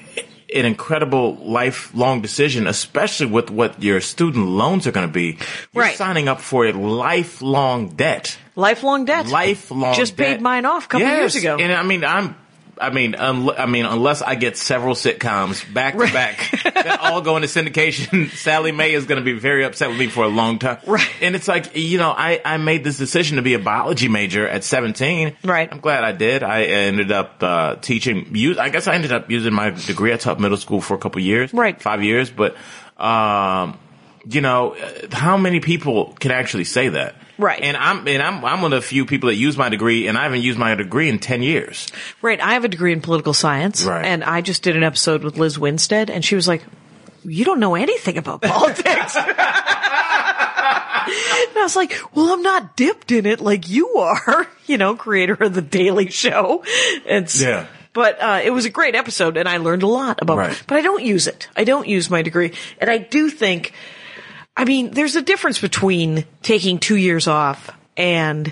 D: an incredible lifelong decision, especially with what your student loans are going to be. You're
C: Right.
D: signing up for a lifelong debt.
C: lifelong debt,
D: Lifelong.
C: Just
D: debt.
C: paid mine off a couple
D: Yes,
C: years ago.
D: And I mean, I'm. I mean, unle- I mean, unless I get several sitcoms back to
C: Right.
D: back that all go into syndication, Sally Mae is going to be very upset with me for a long time.
C: Right.
D: And it's like, you know, I, I made this decision to be a biology major at 17.
C: Right.
D: I'm glad I did. I ended up uh, teaching. Use, I guess I ended up using my degree. I taught middle school for a couple years.
C: Right.
D: Five years. But, um, you know, uh, how many people can actually say that?
C: Right.
D: And I'm and I'm I'm one of the few people that use my degree, and I haven't used my degree in ten years.
C: Right. I have a degree in political science.
D: Right.
C: And I just did an episode with Liz Winstead, and she was like, You don't know anything about politics. and I was like, Well, I'm not dipped in it like you are, you know, creator of The Daily Show. It's,
D: Yeah.
C: But uh, it was a great episode, and I learned a lot about
D: Right.
C: But I don't use it. I don't use my degree. And I do think, I mean, there's a difference between taking two years off and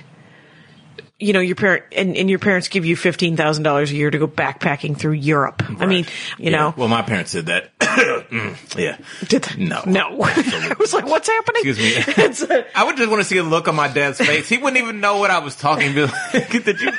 C: you know your parent and, and your parents give you fifteen thousand dollars a year to go backpacking through Europe. I mean, you
D: Yeah.
C: know,
D: Well, my parents did that. Mm, yeah.
C: did they-
D: No.
C: no. I was like, what's happening?
D: Excuse me.
C: It's, uh,
D: I would just want to see a look on my dad's face. He wouldn't even know what I was talking about. did you?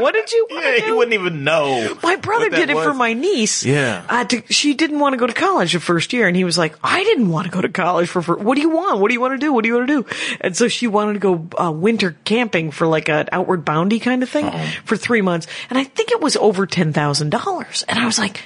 C: what did you? wanna
D: Yeah, he
C: do?
D: wouldn't even know.
C: My brother
D: what that
C: did it for
D: was.
C: my niece.
D: Yeah.
C: uh, to, she didn't want to go to college the first year, and he was like, "I didn't want to go to college for, for what do you want? What do you want to do? What do you want to do?" And so she wanted to go uh, winter camping for like an outward boundy kind of thing
D: Uh-huh.
C: for three months, and I think it was over ten thousand dollars. And I was like,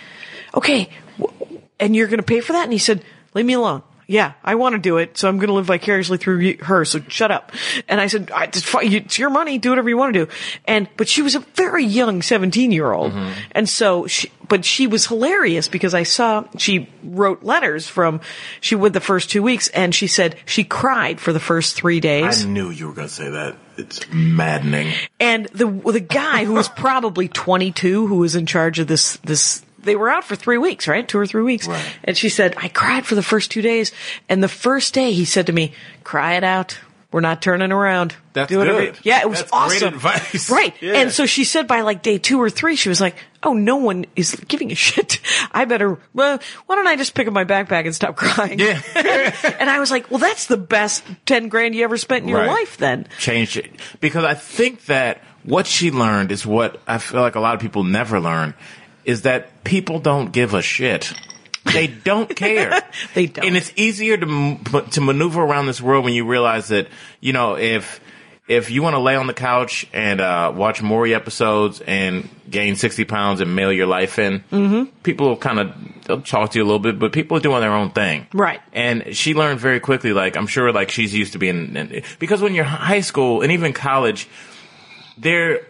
C: "Okay, w- and you're going to pay for that?" And he said, "Leave me alone." yeah, I want to do it, so I'm going to live vicariously through you, her. So shut up. And I said, I, it's, fi- you- it's your money. Do whatever you want to do. And but she was a very young 17 year old, and so she, but she was hilarious because I saw she wrote letters from she went the first two weeks, and she said she cried for the first three days.
D: I knew you were going to say that. It's maddening.
C: And the the guy who was probably 22 who was in charge of this this they were out for 3 weeks, right? 2 or 3 weeks.
D: Right.
C: And she said, "I cried for the first 2 days." And the first day he said to me, "Cry it out. We're not turning around."
D: That's
C: whatever-
D: good.
C: Yeah, it was
D: That's great
C: awesome.
D: advice.
C: Right.
D: Yeah.
C: And so she said by like day 2 or 3 she was like, "Oh, no one is giving a shit. I better well, why don't I just pick up my backpack and stop crying?"
D: Yeah.
C: and I was like, "Well, that's the best 10 grand you ever spent in your
D: Right.
C: life then."
D: Changed it because I think that what she learned is what I feel like a lot of people never learn is that people don't give a shit. They don't care.
C: They don't.
D: And it's easier to m- to maneuver around this world when you realize that you know if if you want to lay on the couch and uh, watch Maury episodes and gain sixty pounds and mail your life in, mm-hmm. people will kind of they'll talk to you a little bit, but people are doing their own thing,
C: Right.
D: and she learned very quickly like i'm sure like she's used to being in, because when you're in high school and even college there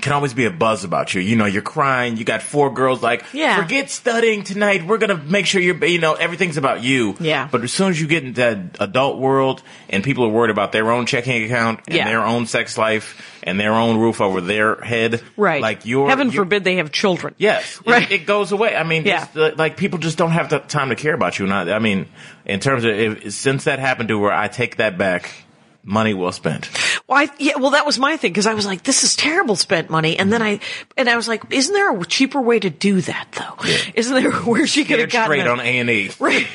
D: can always be a buzz about you you know you're crying you got four girls like
C: Yeah.
D: forget studying tonight we're gonna make sure you're you know everything's about you
C: Yeah.
D: but as soon as you get into that adult world and people are worried about their own checking account and
C: Yeah.
D: their own sex life and their own roof over their head
C: Right.
D: like your
C: Heaven
D: your-
C: forbid they have children.
D: Yes, it-
C: Right.
D: It, goes away. I mean,
C: Yeah.
D: just, uh, like people just don't have the time to care about you. Not, I mean, in terms of if, since that happened to her, I take that back. Money well spent.
C: Well, I, yeah, well, that was my thing because I was like, this is terrible spent money. And then I, and I was like, isn't there a cheaper way to do that though? Isn't there where she could have
D: Scared
C: gotten
D: straight
C: a-
D: on A and E.
C: Right.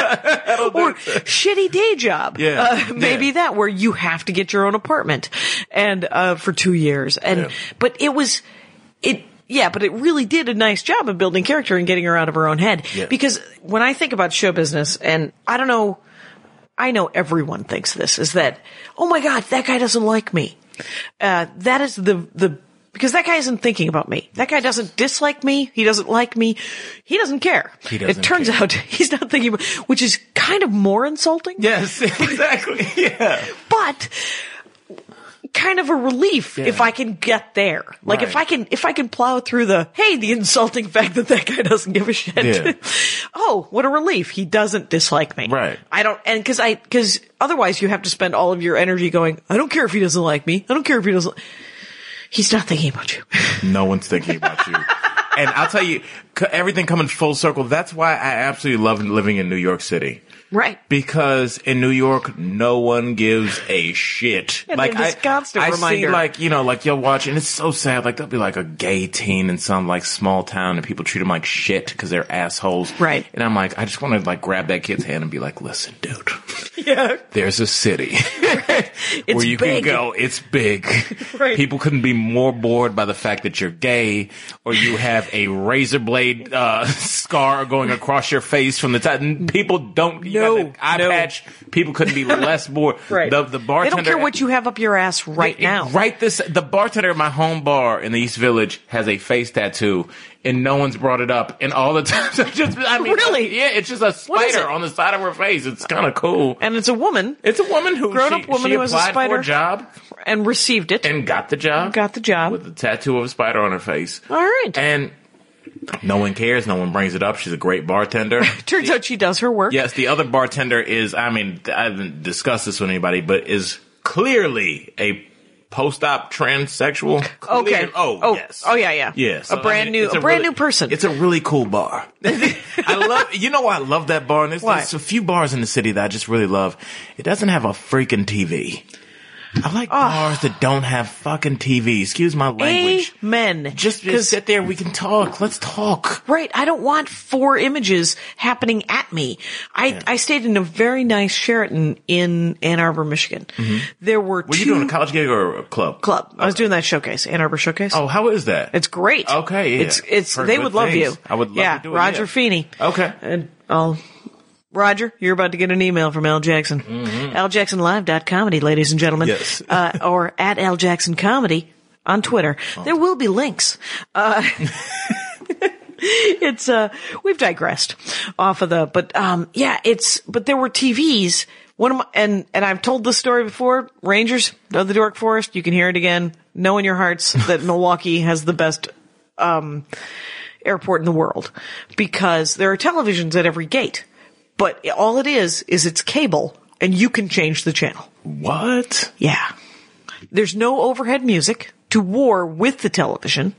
C: or shitty day job.
D: Yeah.
C: Uh, maybe
D: Yeah.
C: that where you have to get your own apartment and, uh, for two years. And,
D: Yeah.
C: but it was, it, yeah, but it really did a nice job of building character and getting her out of her own head.
D: Yeah.
C: Because when I think about show business and I don't know, I know everyone thinks this is that, oh my God, that guy doesn't like me. Uh, that is the, the, because that guy isn't thinking about me. That guy doesn't dislike me. He doesn't like me. He doesn't care.
D: He doesn't
C: it turns
D: care.
C: out he's not thinking about, which is kind of more insulting.
D: Yes, exactly. Yeah.
C: But kind of a relief if I can get there. Like if
D: Right.
C: I can, if I can plow through the, hey, the insulting fact that that guy doesn't give a shit.
D: Yeah.
C: oh, what a relief. He doesn't dislike me.
D: Right.
C: I don't, and cause I, cause otherwise you have to spend all of your energy going, I don't care if he doesn't like me. I don't care if he doesn't. He's not thinking about you.
D: No one's thinking about you. And I'll tell you, c- everything coming full circle. That's why I absolutely love living in New York City.
C: right.
D: because in New York, no one gives a shit.
C: And
D: like
C: then this
D: I,
C: constant
D: I see,
C: reminder.
D: like you know, like you'll watch, and it's so sad. Like there'll be like a gay teen in some like small town, and people treat them like shit because they're assholes,
C: Right.
D: And I'm like, I just want to like grab that kid's hand and be like, listen, dude,
C: Yeah.
D: there's a city
C: It's
D: where you
C: big.
D: can go. It's big.
C: Right.
D: People couldn't be more bored by the fact that you're gay or you have a razor blade uh, scar going across your face from the top. And People don't. You
C: No,
D: got the eye
C: no.
D: patch. People couldn't be less bored.
C: Right.
D: The, the bartender.
C: They don't care what you have up your ass right now.
D: Right this the bartender at my home bar in the East Village has a face tattoo and no one's brought it up and all the times I just I mean
C: Really?
D: yeah it's just a
C: What is
D: spider
C: it?
D: on the side of her face it's kind of cool
C: And it's a woman
D: it's a woman who
C: Grown-up
D: she-
C: woman
D: she
C: who has a
D: applied
C: spider.
D: for a job
C: and received it.
D: and got the job.
C: got the job.
D: with a tattoo of a spider on her face.
C: All right.
D: And no one cares. No one brings it up. She's a great bartender.
C: Turns out she does her work.
D: yes, the other bartender is. I mean, I haven't discussed this with anybody, but is clearly a post-op transsexual.
C: Okay.
D: Clear- Oh,
C: Oh,
D: yes.
C: oh, yeah, yeah.
D: Yes.
C: A brand new- a brand new person.
D: It's a really cool bar. I love. You know why I love that bar? And there's,
C: Why?
D: there's a few bars in the city that I just really love. It doesn't have a freaking TV. I like
C: Ah.
D: bars that don't have fucking TV. Excuse
C: Eh,
D: my language.
C: Amen.
D: Just, just sit there. We can talk. Let's talk.
C: Right. I don't want four images happening at me. I, I stayed in a very nice Sheraton in Ann Arbor, Michigan. There were
D: Mm-hmm. Were
C: two
D: you doing a college gig or a club?
C: club. I was doing that showcase, Ann Arbor showcase.
D: Oh, how is that?
C: It's great.
D: Okay, yeah.
C: It's it's
D: Heard
C: they
D: good
C: would love
D: things.
C: you.
D: I would love
C: yeah,
D: to do it,
C: Roger
D: yeah.
C: Feeney.
D: Okay.
C: And I'll Roger, you're about to get an email from Al Jackson. AlJacksonLive.comedy, ladies and gentlemen.
D: Mm-hmm. Yes.
C: uh, or at Al
D: Oh.
C: Jackson Comedy on Twitter. There will be links. Uh, it's uh we've digressed off of the but um yeah it's but there were TVs one of my, and and I've told this story before Rangers of the Dork Forest you can hear it again know in your hearts that Milwaukee has the best um airport in the world because there are televisions at every gate but all it is is it's cable and you can change the channel
D: What?
C: yeah. There's no overhead music to war with the television.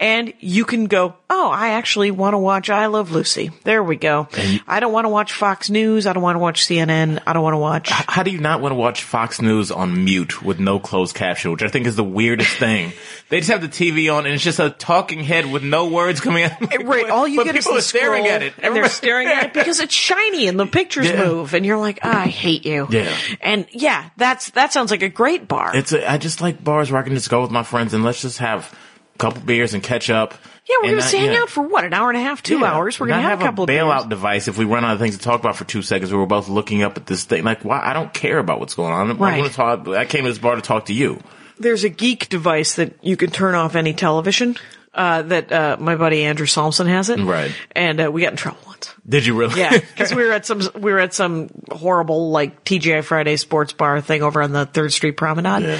C: And you can go, oh, I actually want to watch I Love Lucy. There we go. I don't want to watch Fox News. I don't want to watch CNN. I don't want to watch.
D: How do you not want to watch Fox News on mute with no closed caption, which I think is the weirdest thing? they just have the TV on and it's just a talking head with no words coming out.
C: Right, all you
D: but
C: get is
D: people
C: the
D: are staring
C: scroll,
D: at it.
C: and they're staring at it because it's shiny and the pictures
D: Yeah.
C: move, and you're like, I hate you.
D: Yeah.
C: and yeah, that's that sounds like a great bar.
D: It's a, I just like bars where I can just go with my friends and let's just have a couple beers and catch up.
C: yeah, we're
D: And
C: gonna
D: not-
C: just hang
D: yeah.
C: out for what an hour and a half, two
D: Yeah.
C: hours. We're gonna
D: Not
C: have, a couple
D: a
C: of
D: bailout
C: beers.
D: device if we run out of things to talk about for two seconds. We were both looking up at this thing. Like, why? I don't care about what's going on. I,
C: Right.
D: wanna talk, I came to this bar to talk to you.
C: there's a geek device that you can turn off any television uh, that uh, my buddy Andrew Salmson has it.
D: Right.
C: And uh, we got in trouble once.
D: Did you really?
C: Yeah, because we were at some we were at some horrible like TGI Friday sports bar thing over on the Third Street Promenade,
D: Yeah.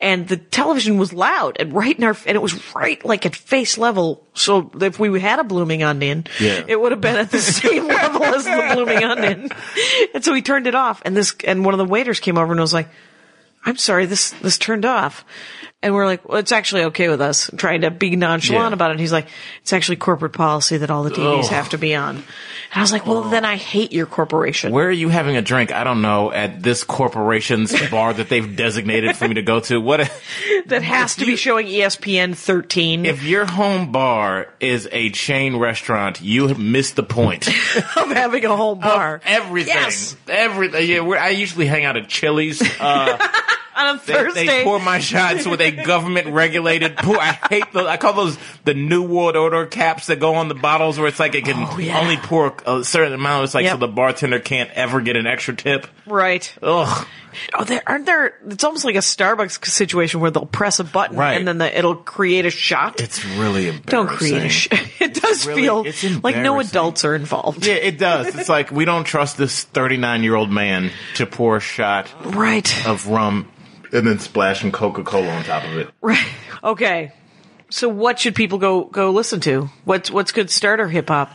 C: and the television was loud and right in our and it was right like at face level. So if we had a blooming onion,
D: Yeah.
C: it would have been at the same level as the blooming onion. And so we turned it off, and this and one of the waiters came over and was like, "I'm sorry, this this turned off." And we're like, well, it's actually okay with us trying to be nonchalant
D: Yeah. Oh.
C: about it. And he's like, it's actually corporate policy that all the TVs
D: Ugh.
C: have to be on. And I was like, well, then I hate your corporation.
D: Where are you having a drink? I don't know. At this corporation's bar that they've designated for me to go to. What?
C: that has to be showing E ESPN 13
D: If your home bar is a chain restaurant, you have missed the point.
C: of having a whole bar.
D: Everything.
C: Yes.
D: Everything. Yeah, we're, I usually hang out at Chili's. Uh,
C: On a
D: they,
C: Thursday.
D: they pour my shots with a government regulated pour. I hate those. I call those the New World Order caps that go on the bottles where it's like it can
C: Oh, yeah.
D: only pour a certain amount. It's like
C: Yep.
D: so the bartender can't ever get an extra tip.
C: right.
D: Ugh.
C: Oh, there aren't there. It's almost like a Starbucks situation where they'll press a button
D: Right.
C: and then the, it'll create a shot.
D: It's really embarrassing.
C: Don't create a shot. It does
D: really- it's
C: feel like no
D: embarrassing.
C: adults are involved.
D: Yeah, it does. It's like we don't trust this 39 year old man to pour a shot
C: Right.
D: of rum and then splash some Coca Cola on top of it.
C: Right. Okay. So what should people go go listen to? What's what's good starter hip hop?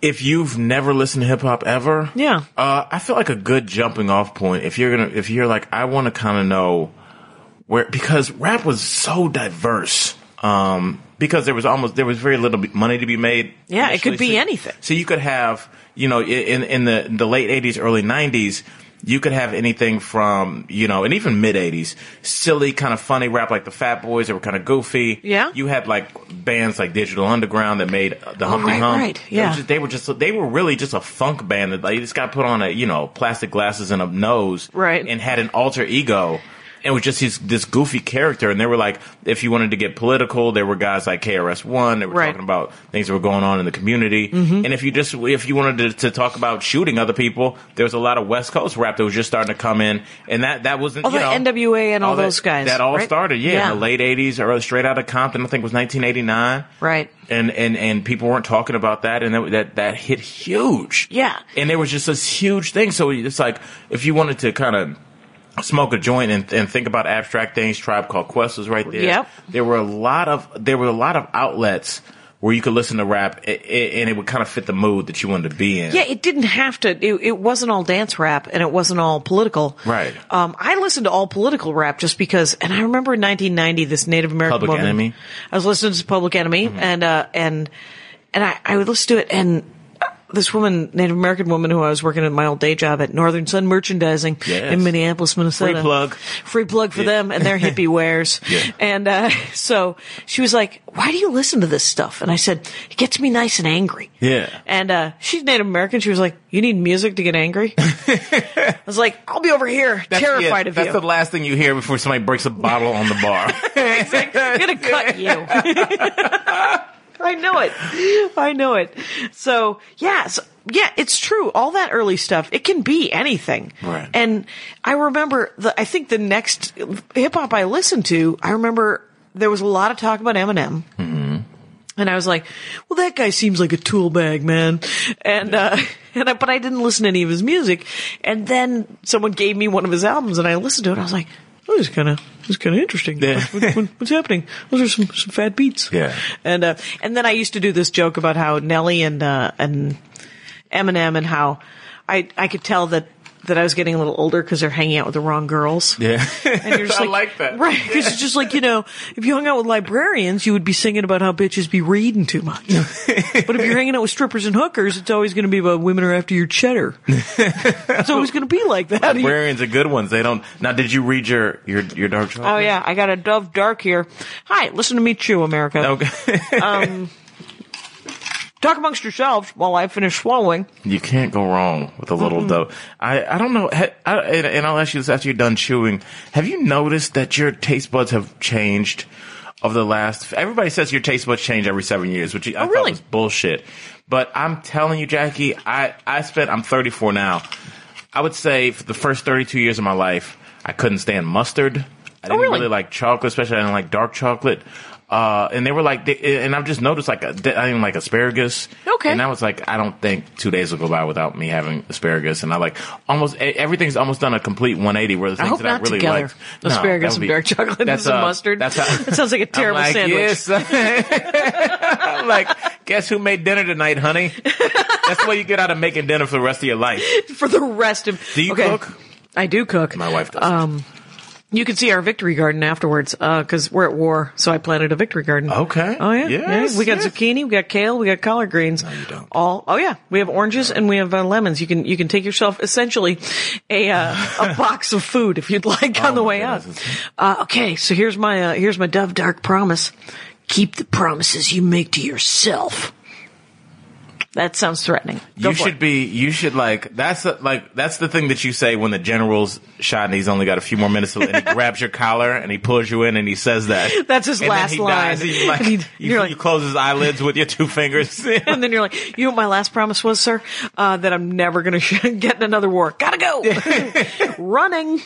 D: If you've never listened to hip hop ever,
C: Yeah.
D: uh, I feel like a good jumping off point. If you're gonna, if you're like, I want to kind of know where because rap was so diverse. Um, because there was almost there was very little money to be made.
C: Yeah, it could
D: initially.
C: be
D: So-
C: anything.
D: So you could have, you know, i- in in the the late '80s, early '90s, you could have anything from, you know, and even mid '80s, silly kind of funny rap like the Fat Boys that were kind of goofy.
C: Yeah. Oh,
D: you had like bands like Digital Underground that made the Humpty
C: right,
D: Hump.
C: right,
D: It was
C: yeah.
D: just- they were just they were really just a funk band that they just got put on a you know plastic glasses and a nose
C: Right.
D: and had an alter ego and was just his, this goofy character and they were like if you wanted to get political there were guys like KRS1 that were
C: Right. Mm-hmm.
D: talking about things that were going on in the community and if you just if you wanted to, to talk about shooting other people there was a lot of West Coast rap that was just starting to come in and that that wasn't
C: All
D: you
C: the
D: know,
C: NWA and all,
D: that-
C: those guys.
D: that all
C: right?
D: started yeah, in the late 80s or straight out of Compton I think it was 1989
C: Right.
D: and and and people weren't talking about that, and that that, that hit huge.
C: Yeah.
D: and there was just this huge thing. So it's like if you wanted to kind of smoke a joint and, and think about abstract things, Tribe Called Quest was right there.
C: Yep.
D: there were a lot of there were a lot of outlets where you could listen to rap, a- a- and it would kind of fit the mood that you wanted to be in.
C: Yeah, it didn't have to. It, it wasn't all dance rap, and it wasn't all political.
D: Right.
C: Um, I listened to all political rap just because, and I remember in 1990, this Native American
D: Public
C: woman-
D: Enemy. Mm-hmm.
C: I was listening to Public Enemy, and uh, and and I, I would listen to it, and uh, this woman, Native American woman, who I was working at my old day job at Northern Sun Merchandising
D: Yes.
C: in Minneapolis, Minnesota.
D: Free plug.
C: Free plug for them and their hippie wares.
D: Yeah.
C: And uh, so she was like, "Why do you listen to this stuff?" And I said, "It gets me nice and angry."
D: Yeah.
C: And uh, she's Native American. She was like, "You need music to get angry." I was like, "I'll be over here,
D: That's-
C: terrified
D: yeah,
C: of
D: that's
C: you.
D: the last thing you hear before somebody breaks a bottle on the bar.
C: I'm gonna cut you." I know it. I know it. So yeah, so, yeah, it's true. All that early stuff, it can be anything.
D: Right.
C: And I remember the. I think the next Mm-hmm. hip hop I listened to, I remember there was a lot of talk about Eminem. And I was like, well, that guy seems like a tool bag, man. And, uh, and I, but I didn't listen to any of his music. And then someone gave me one of his albums and I listened to it. I was like, oh, this is kind of, this is kind of interesting.
D: Yeah.
C: What- what- what's happening? Those are some, some fat beats.
D: Yeah.
C: And, uh, and then I used to do this joke about how Nelly and, uh, and Eminem and how I, I could tell that, that I was getting a little older because they're hanging out with the wrong girls.
D: Yeah.
C: And you're just
D: I
C: like,
D: like that.
C: Right. Because it's just like, you know, if you hung out with librarians, you would be singing about how bitches be reading too much. but if you're hanging out with strippers and hookers, it's always going to be about women are after your cheddar. it's always going to be like that.
D: Librarians are good ones. They don't. Now, did you read your your, your dark chocolate?
C: Oh, yeah. I got a Dove Dark here. Hi. Listen to me chew, America.
D: Okay.
C: Talk amongst yourselves while I finish swallowing.
D: You can't go wrong with a little dough. I, I don't know, ha- I, and, and I'll ask you this after you're done chewing. Have you noticed that your taste buds have changed over the last? Everybody says your taste buds change every seven years, which I thought
C: Oh, really?
D: was bullshit. But I'm telling you, Jackie, I I spent. I'm 34 now. I would say for the first 32 years of my life, I couldn't stand mustard. I didn't
C: Oh, really?
D: really like chocolate, especially I didn't like dark chocolate. Uh, and they were like, they, and I've just noticed like I didn't like asparagus.
C: Okay.
D: And I was like, I don't think two days will go by without me having asparagus. And I like almost e- everything's almost done a complete 180. Where the things
C: I hope
D: that
C: not
D: I really
C: together.
D: liked, No, that
C: Asparagus
D: would
C: and
D: be-
C: dark chocolate and
D: that's,
C: some
D: uh,
C: mustard.
D: That's how,
C: that sounds like a terrible
D: I'm like,
C: sandwich.
D: Yes. I'm like, guess who made dinner tonight, honey? That's the way you get out of making dinner for the rest of your life.
C: For the rest of.
D: Do you
C: Okay.
D: cook?
C: I do cook.
D: My wife does.
C: Um, you can see our victory garden afterwards because we're at war. So I planted a victory garden.
D: Okay.
C: Oh yeah.
D: Yes,
C: yeah. We got
D: yes.
C: zucchini. We got kale. We got collard greens. No,
D: you don't.
C: All. Oh yeah. We have oranges and we have uh, lemons. You can you can take yourself essentially a uh, a box of food if you'd like on the
D: Oh my
C: way out.
D: goodness.
C: Uh, okay. So here's my uh, here's my Dove Dark promise. Keep the promises you make to yourself. That sounds threatening. Go
D: you
C: for
D: should
C: it.
D: be. You should like. That's the, like. That's the thing that you say when the general's shot and he's only got a few more minutes, to, and he grabs your collar and he pulls you in and he says that.
C: That's his
D: And then
C: last
D: he
C: line.
D: dies, and you, like,
C: And he-
D: you,
C: you're
D: you
C: like-
D: close his eyelids with your two fingers.
C: and then you're like, you know what my last promise was, sir? Uh, that I'm never going to get in another war. Gotta go. Running.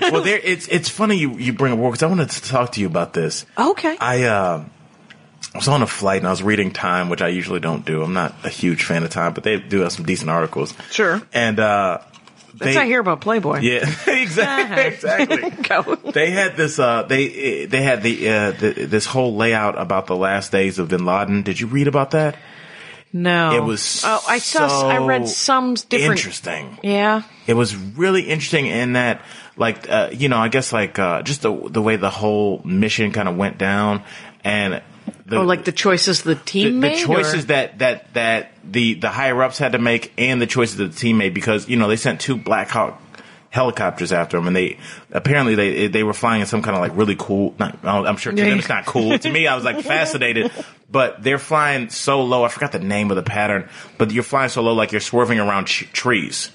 D: well, there. It's it's funny you you bring up war because I wanted to talk to you about this.
C: okay.
D: I uh, was on a flight and I was reading Time, which I usually don't do. I'm not a huge fan of Time, but they do have some decent articles.
C: Sure.
D: And uh,
C: That's
D: they,
C: I hear Uh-huh. about Playboy.
D: Yeah, exactly. exactly.
C: Go.
D: they had this uh they they had the uh the, this whole layout about the last days of bin laden did you read about that
C: No.
D: it was
C: Oh, I saw.
D: so
C: I read some different.
D: interesting
C: Yeah.
D: it was really interesting in that like uh you know i guess like uh just the the way the whole mission kind of went down and the
C: Or Oh, like the choices the
D: the,
C: team
D: the
C: made. or-
D: choices that that that the the higher ups had to make and the choices that the team made because you know they sent two Black Hawk helicopters after them and they apparently they they were flying in some kind of like really cool not, I'm sure to them it's not cool to me I was like fascinated but they're flying so low I forgot the name of the pattern but you're flying so low like you're swerving around ch- trees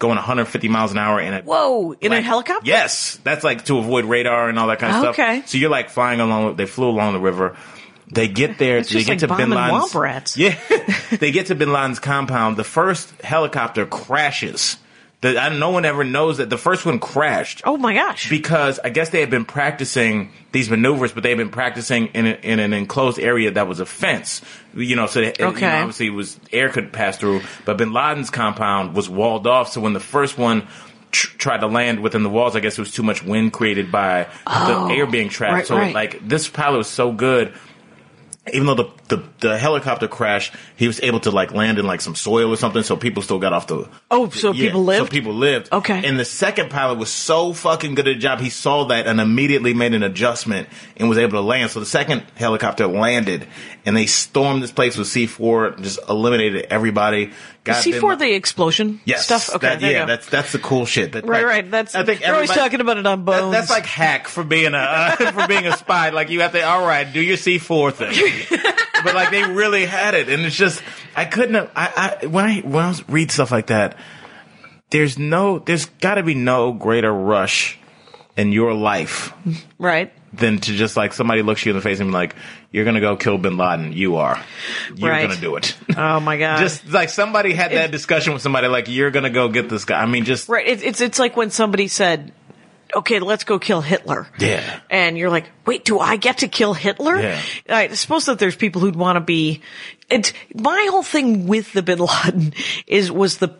D: going 150 miles an hour in a
C: Whoa! In a
D: like-
C: helicopter.
D: Yes, that's like to avoid radar and all that kind of
C: Okay.
D: stuff. So you're like flying along. They flew along the river. They get there.
C: It's
D: they
C: just
D: get
C: like
D: to Bin
C: bombing
D: Laden's.
C: womp rats.
D: Yeah, they get to Bin Laden's compound. The first helicopter crashes. The, I, no one ever knows that the first one crashed
C: Oh my gosh.
D: because I guess they had been practicing these maneuvers, but they had been practicing in, a, in an enclosed area that was a fence. You know, so they, you know,
C: Okay.
D: obviously it was air could pass through, but Bin Laden's compound was walled off. So when the first one tr- tried to land within the walls, I guess it was too much wind created by the air being trapped.
C: Oh, right,
D: so
C: right.
D: like this pilot was so good. Even though the, the the helicopter crashed, he was able to like land in like some soil or something, so people still got off the
C: oh, so
D: yeah,
C: people lived.
D: So people lived.
C: Okay.
D: And the second pilot was so fucking good at the job, he saw that and immediately made an adjustment and was able to land. So the second helicopter landed, and they stormed this place with C four, just eliminated everybody. Got
C: C four
D: them-
C: the explosion
D: Yes,
C: stuff. Okay.
D: that-
C: there you
D: yeah,
C: go.
D: that's that's the cool shit. That,
C: right.
D: like,
C: Right. That's.
D: I think
C: they're always
D: everybody-
C: talking about it on
D: that-
C: bones.
D: that's like hack for being a uh, for being a spy. Like you have to, all right, do your C four thing. but like they really had it, and it's just I couldn't. Have, I, I when I when I was- read stuff like that, there's no, there's got to be no greater rush in your life
C: right.
D: than to just like somebody looks you in the face and be like, you're gonna go kill Bin Laden. You are, you're
C: Right.
D: gonna do it.
C: Oh my god.
D: Just like somebody had that discussion with somebody, like you're gonna go get this guy. I mean, just
C: Right. It, it's it's like when somebody said, okay, let's go kill Hitler.
D: Yeah.
C: And you're like, wait, do I get to kill Hitler?
D: Yeah.
C: I suppose that there's people who'd want to be, it's, my whole thing with the Bin Laden is, was the,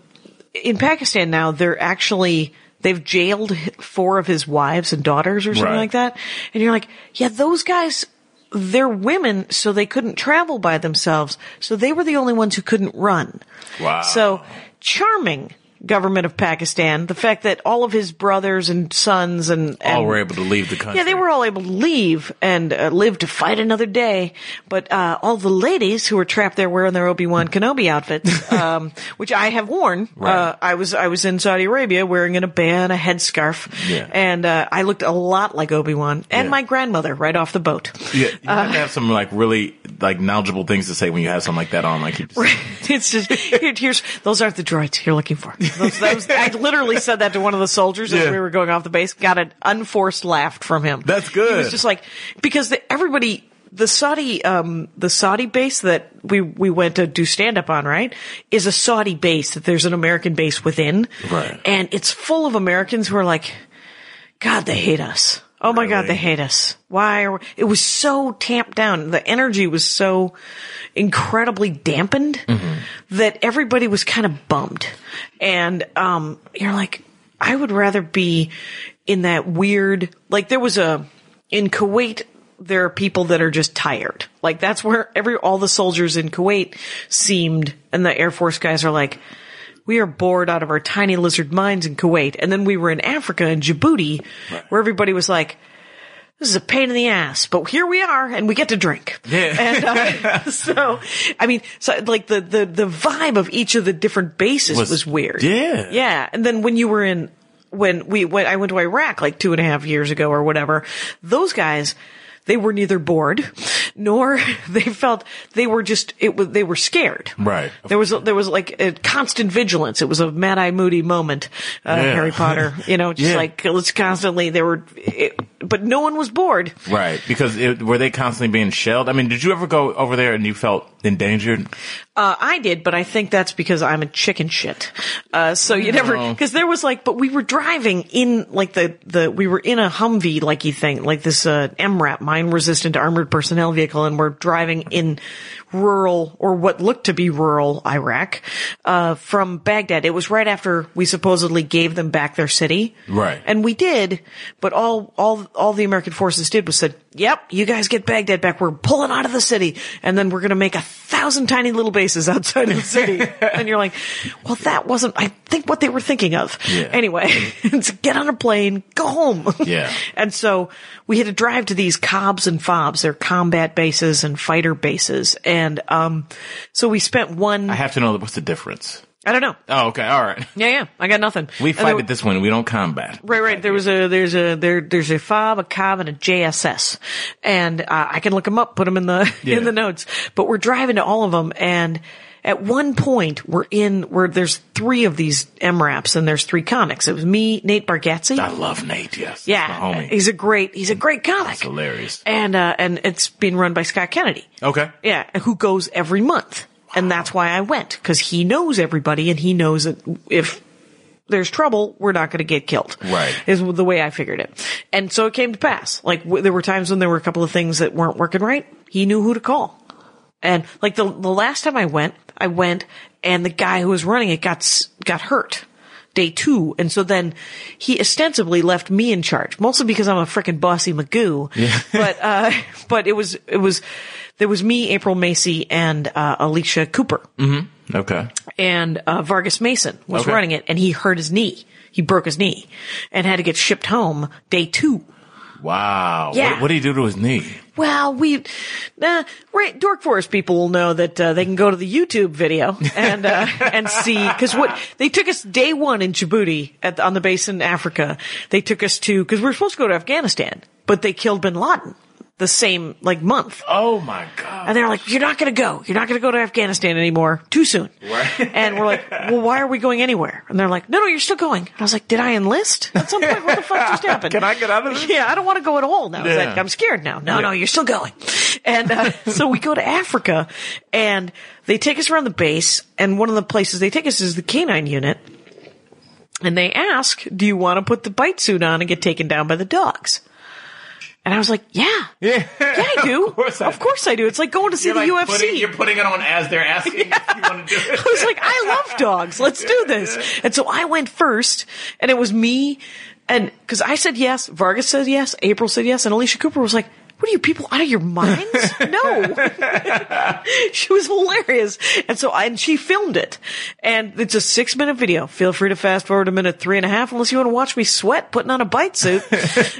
C: in Pakistan now, they're actually, they've jailed four of his wives and daughters or something
D: Right.
C: like that. And you're like, yeah, those guys, they're women, so they couldn't travel by themselves. So they were the only ones who couldn't run.
D: Wow.
C: So charming government of Pakistan. The fact that all of his brothers and sons and, and
D: all were able to leave the country.
C: yeah, they were all able to leave and uh, live to fight another day. But uh, all the ladies who were trapped there wearing their Obi Wan Kenobi outfits, um, which I have worn. Uh,
D: Right.
C: I was I was in Saudi Arabia wearing an abaya and a headscarf,
D: Yeah.
C: and uh, I looked a lot like Obi Wan and
D: Yeah.
C: my grandmother right off the boat.
D: Yeah, you
C: Uh,
D: have to have some like really like knowledgeable things to say when you have something like that on. Like, you just,
C: it's just here, here's those aren't the droids you're looking for. Those, that was, I literally said that to one of the soldiers as
D: Yeah.
C: we were going off the base. Got an unforced laugh from him.
D: That's
C: He was
D: good.
C: just like because the, everybody. The Saudi, um, the Saudi base that we, we went to do stand up on, right, is a Saudi base that there's an American base within.
D: Right.
C: And it's full of Americans who are like, God, they hate us. Oh my God,
D: Really?
C: they hate us. Why are we? It was so tamped down. The energy was so incredibly dampened that everybody was kind of bummed. And, um, you're like, I would rather be in that weird, like there was a, in Kuwait, there are people that are just tired. Like that's where every, all the soldiers in Kuwait seemed, and the Air Force guys are like, we are bored out of our tiny lizard minds in Kuwait. And then we were in Africa in Djibouti where everybody was like, this is a pain in the ass, but here we are and we get to drink.
D: Yeah.
C: And, uh, so, I mean, so like the, the, the vibe of each of the different bases was,
D: Was-
C: weird.
D: Yeah.
C: Yeah. And then when you were in, when we went, I went to Iraq like two and a half years ago or whatever, those guys, they were neither bored nor they felt they were just, it was, they were scared.
D: Right.
C: There was there was like a constant vigilance. It was a Mad Eye Moody moment. Uh,
D: Yeah.
C: Harry Potter, you know, just
D: Yeah.
C: like it's constantly there were, it, but no one was bored.
D: right? Because it, were they constantly being shelled? I mean, did you ever go over there and you felt endangered?
C: Uh, I did, but I think that's because I'm a chicken shit. Uh, so you never,
D: No.
C: cause there was like, but we were driving in like the, the, we were in a Humvee likey thing, like this, uh, MRAP, mine resistant armored personnel vehicle, and we're driving in rural or what looked to be rural Iraq, uh, from Baghdad. It was right after we supposedly gave them back their city.
D: Right.
C: And we did, but all, all, all the American forces did was said, yep, you guys get Baghdad back. We're pulling out of the city and then we're going to make a thousand tiny little bases outside of the city. and you're like, well, that wasn't, I think what they were thinking of.
D: Yeah.
C: Anyway, it's get on a plane, go home.
D: Yeah.
C: and so we had to drive to these cobs and fobs. They're combat bases and fighter bases. And, um, so we spent one,
D: I
C: I,
D: have to know what's the difference.
C: don't know.
D: Oh, okay, all right.
C: Yeah, yeah. I got nothing.
D: We
C: And
D: fight
C: there-
D: at this one. We don't combat.
C: Right, right. There was a there's a there there's a fob, a cob, and a JSS, and uh, I can look them up, put them in the
D: Yeah.
C: in the notes. But we're driving to all of them, and at one point we're in where there's three of these MRAPs, and there's three comics. It was me, Nate Bargatze.
D: I love Nate. Yes,
C: yeah,
D: That's my homie.
C: he's a great he's a great comic.
D: hilarious.
C: And uh, and it's being run by Scott Kennedy.
D: Okay.
C: Yeah, who goes every month. And that's why I went, because he knows everybody and he knows that if there's trouble, we're not going to get killed.
D: Right.
C: Is the way I figured it. And so it came to pass. Like, w- there were times when there were a couple of things that weren't working right. He knew who to call. And like the, the last time I went, I went and the guy who was running it got, s- got hurt day two. And so then he ostensibly left me in charge, mostly because I'm a frickin' bossy Magoo. but, uh, but it was, it was, there was me, April Macy and, uh, Alicia Cooper
D: Okay.
C: and, uh, Vargas Mason was
D: Okay.
C: running it and he hurt his knee. He broke his knee and had to get shipped home day two.
D: Wow.
C: Yeah.
D: What, what did he do to his knee?
C: Well, we, uh, right, Dork Forest people will know that uh, they can go to the YouTube video and uh, and see because what they took us day one in Djibouti at the, on the base in Africa. They took us to because we were supposed to go to Afghanistan, but they killed Bin Laden the same like month.
D: Oh my god.
C: And they're like, you're not going to go. You're not going to go to Afghanistan anymore. Too soon.
D: Right.
C: And we're like, well, why are we going anywhere? And they're like, no, no, you're still going. And I was like, did I enlist? At some point, what the fuck just happened?
D: Can I get out of this?
C: Yeah, I don't want to go at all now. It's
D: Yeah.
C: like, I'm scared now. No,
D: Yeah.
C: no, you're still going. And uh, so we go to Africa and they take us around the base. And one of the places they take us is the canine unit And they ask, do you want to put the bite suit on and get taken down by the dogs? And I was like, yeah.
D: Yeah,
C: Yeah, I do.
D: Of course I do.
C: do. It's like going to see
D: You're,
C: the
D: like,
C: UFC.
D: Putting, you're putting it on as they're asking if you want to do it.
C: I was like, I love dogs. Let's do this. And so I went first, and it was me, and because I said yes, Vargas said yes, April said yes, and Alicia Cooper was like, "What are you people out of your minds?" No, she was hilarious, and so I, and she filmed it, and it's a six minute video. Feel free to fast forward a minute three and a half, unless you want to watch me sweat putting on a bite suit.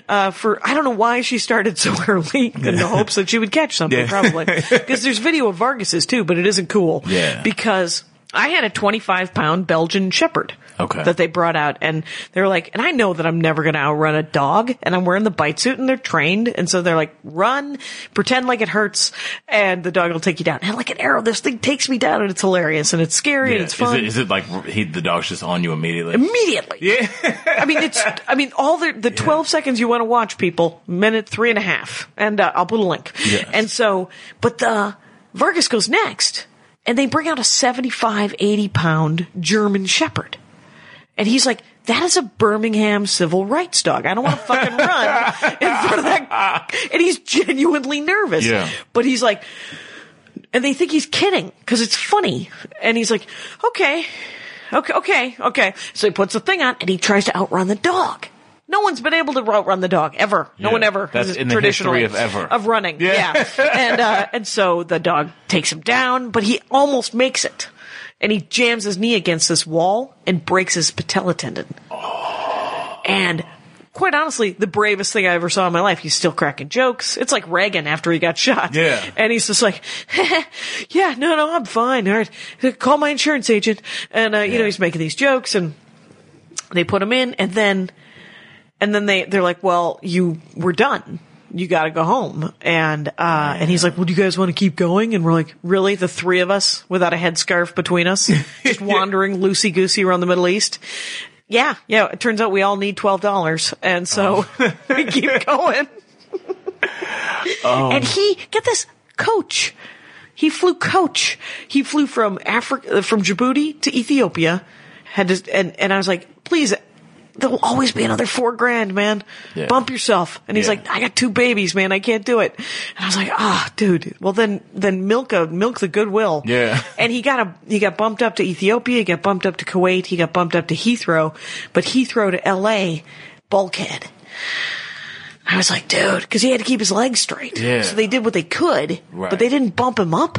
C: uh, for I don't know why she started so early in the hopes that she would catch something,
D: Yeah.
C: probably because there's video of Vargas's too, but it isn't cool
D: Yeah.
C: because I had a 25 pound Belgian Shepherd.
D: Okay.
C: That they brought out and they're like, and I know that I'm never going to outrun a dog and I'm wearing the bite suit and they're trained. And so they're like, run, pretend like it hurts and the dog will take you down. And like an arrow, this thing takes me down and it's hilarious and it's scary and it's
D: Is,
C: fun.
D: it, is it like he, the dog's just on you immediately?
C: Immediately. I mean, it's, I mean, all the, the 12 seconds you want to watch people, minute three and a half. And uh, I'll put a link.
D: Yes.
C: And so, but the Vargas goes next and they bring out a 75, 80 pound German Shepherd. And he's like, that is a Birmingham civil rights dog. I don't want to fucking run in front of that. And he's genuinely nervous.
D: Yeah.
C: But he's like, and they think he's kidding because it's funny. And he's like, okay, okay, okay, okay. So he puts the thing on and he tries to outrun the dog. No one's been able to outrun the dog ever. No
D: Yeah.
C: one ever.
D: That's
C: This is
D: in the
C: traditionally
D: history of ever.
C: of running. Yeah, and uh, and so the dog takes him down, but he almost makes it, and he jams his knee against this wall and breaks his patella tendon.
D: Oh.
C: And quite honestly, the bravest thing I ever saw in my life. He's still cracking jokes. It's like Reagan after he got shot.
D: Yeah.
C: And he's just like, yeah, no, no, I'm fine. All right. Call my insurance agent. And, uh, you know, he's making these jokes and they put him in and then, and then they, they're like, well, you were done. You gotta go home. And, uh, and he's like, well, do you guys want to keep going? And we're like, really? The three of us without a headscarf between us, just wandering loosey goosey around the Middle East. Yeah. Yeah. It turns out we all need $12. And so
D: Oh.
C: we keep going.
D: Um.
C: And he, get this, coach. He flew coach. He flew from Africa, uh, from Djibouti to Ethiopia. Had to, and, and I was like, please, there'll always be another four grand, man.
D: Yeah.
C: Bump yourself. And he's
D: Yeah.
C: like, I got two babies, man. I can't do it. And I was like, ah, dude. Well, then, then milk a, milk the goodwill.
D: Yeah.
C: And he got a, he got bumped up to Ethiopia. He got bumped up to Kuwait. He got bumped up to Heathrow, but Heathrow to LA, bulkhead. I was like, dude, because he had to keep his legs straight.
D: Yeah.
C: So they did what they could,
D: Right.
C: but they didn't bump him up.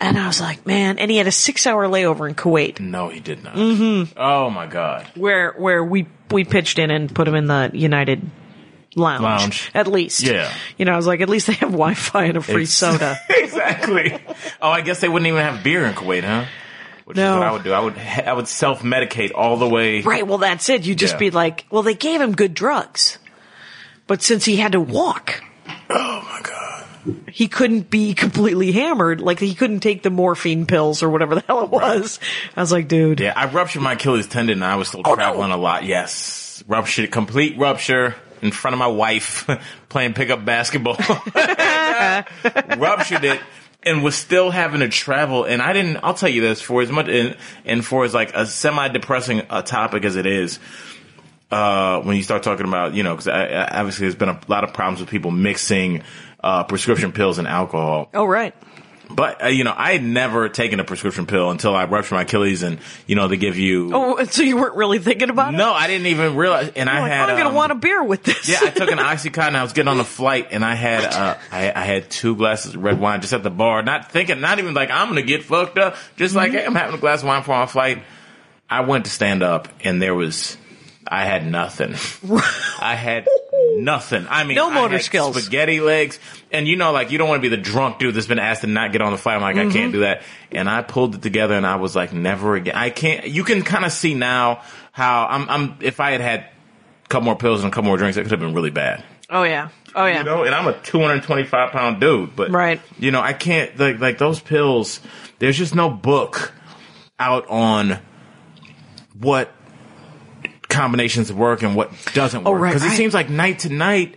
C: And I was like, man. And he had a six hour layover in Kuwait
D: No, he did not. Mm-hmm. Oh my god.
C: where, where we, we pitched in and put him in the United lounge.
D: Lounge.
C: At least.
D: Yeah.
C: You know, I was like, at least they have Wi Fi and a free
D: It's-
C: soda.
D: exactly. Oh, I guess they wouldn't even have beer in Kuwait, huh? Which
C: No.
D: is what I would do. I would I would self medicate all the way.
C: Right. Well, that's it. You just
D: Yeah.
C: be like, well, they gave him good drugs, but since he had to walk,
D: Oh my god.
C: he couldn't be completely hammered. Like he couldn't take the morphine pills or whatever the hell it was. I was like, dude, Oh,
D: Yeah, I ruptured my Achilles tendon and I was still
C: no.
D: traveling a lot. Yes. Ruptured complete rupture in front of my wife playing pickup basketball. ruptured it and was still having to travel and I didn't I'll tell you this for as much and, and for as like a semi depressing a topic as it is uh, when you start talking about, you know, because I, I, obviously there's been a lot of problems with people mixing uh, prescription pills and alcohol.
C: oh right,
D: But, uh, you know, I had never taken a prescription pill until I ruptured my Achilles and, you know, they give you.
C: oh, so you weren't really thinking about it.
D: No, I didn't even realize. And I
C: Like,
D: had.
C: I'm gonna
D: um,
C: want a beer with this.
D: yeah, I took an OxyContin. I was getting on a flight, and I had uh, I, I had two glasses of red wine just at the bar, not thinking, not even like I'm gonna get fucked up. Just like hey, I'm having a glass of wine for my flight. I went to stand up, and there was I had nothing. I had nothing. I mean,
C: No
D: I
C: motor
D: had
C: skills.
D: spaghetti legs, and you know, like you don't want to be the drunk dude that's been asked to not get on the flight. I'm like, I
C: Mm-hmm.
D: can't do that, and I pulled it together, and I was like, never again. I can't. You can kind of see now how I'm. I'm if I had had couple more pills and a couple more drinks, it could have been really bad.
C: Oh yeah. Oh yeah.
D: You know, and I'm a 225 pound dude, but
C: Right.
D: You know, I can't like like those pills. There's just no book out on what combinations work and what doesn't work.
C: Oh, right,
D: Because
C: right.
D: it seems like night to night.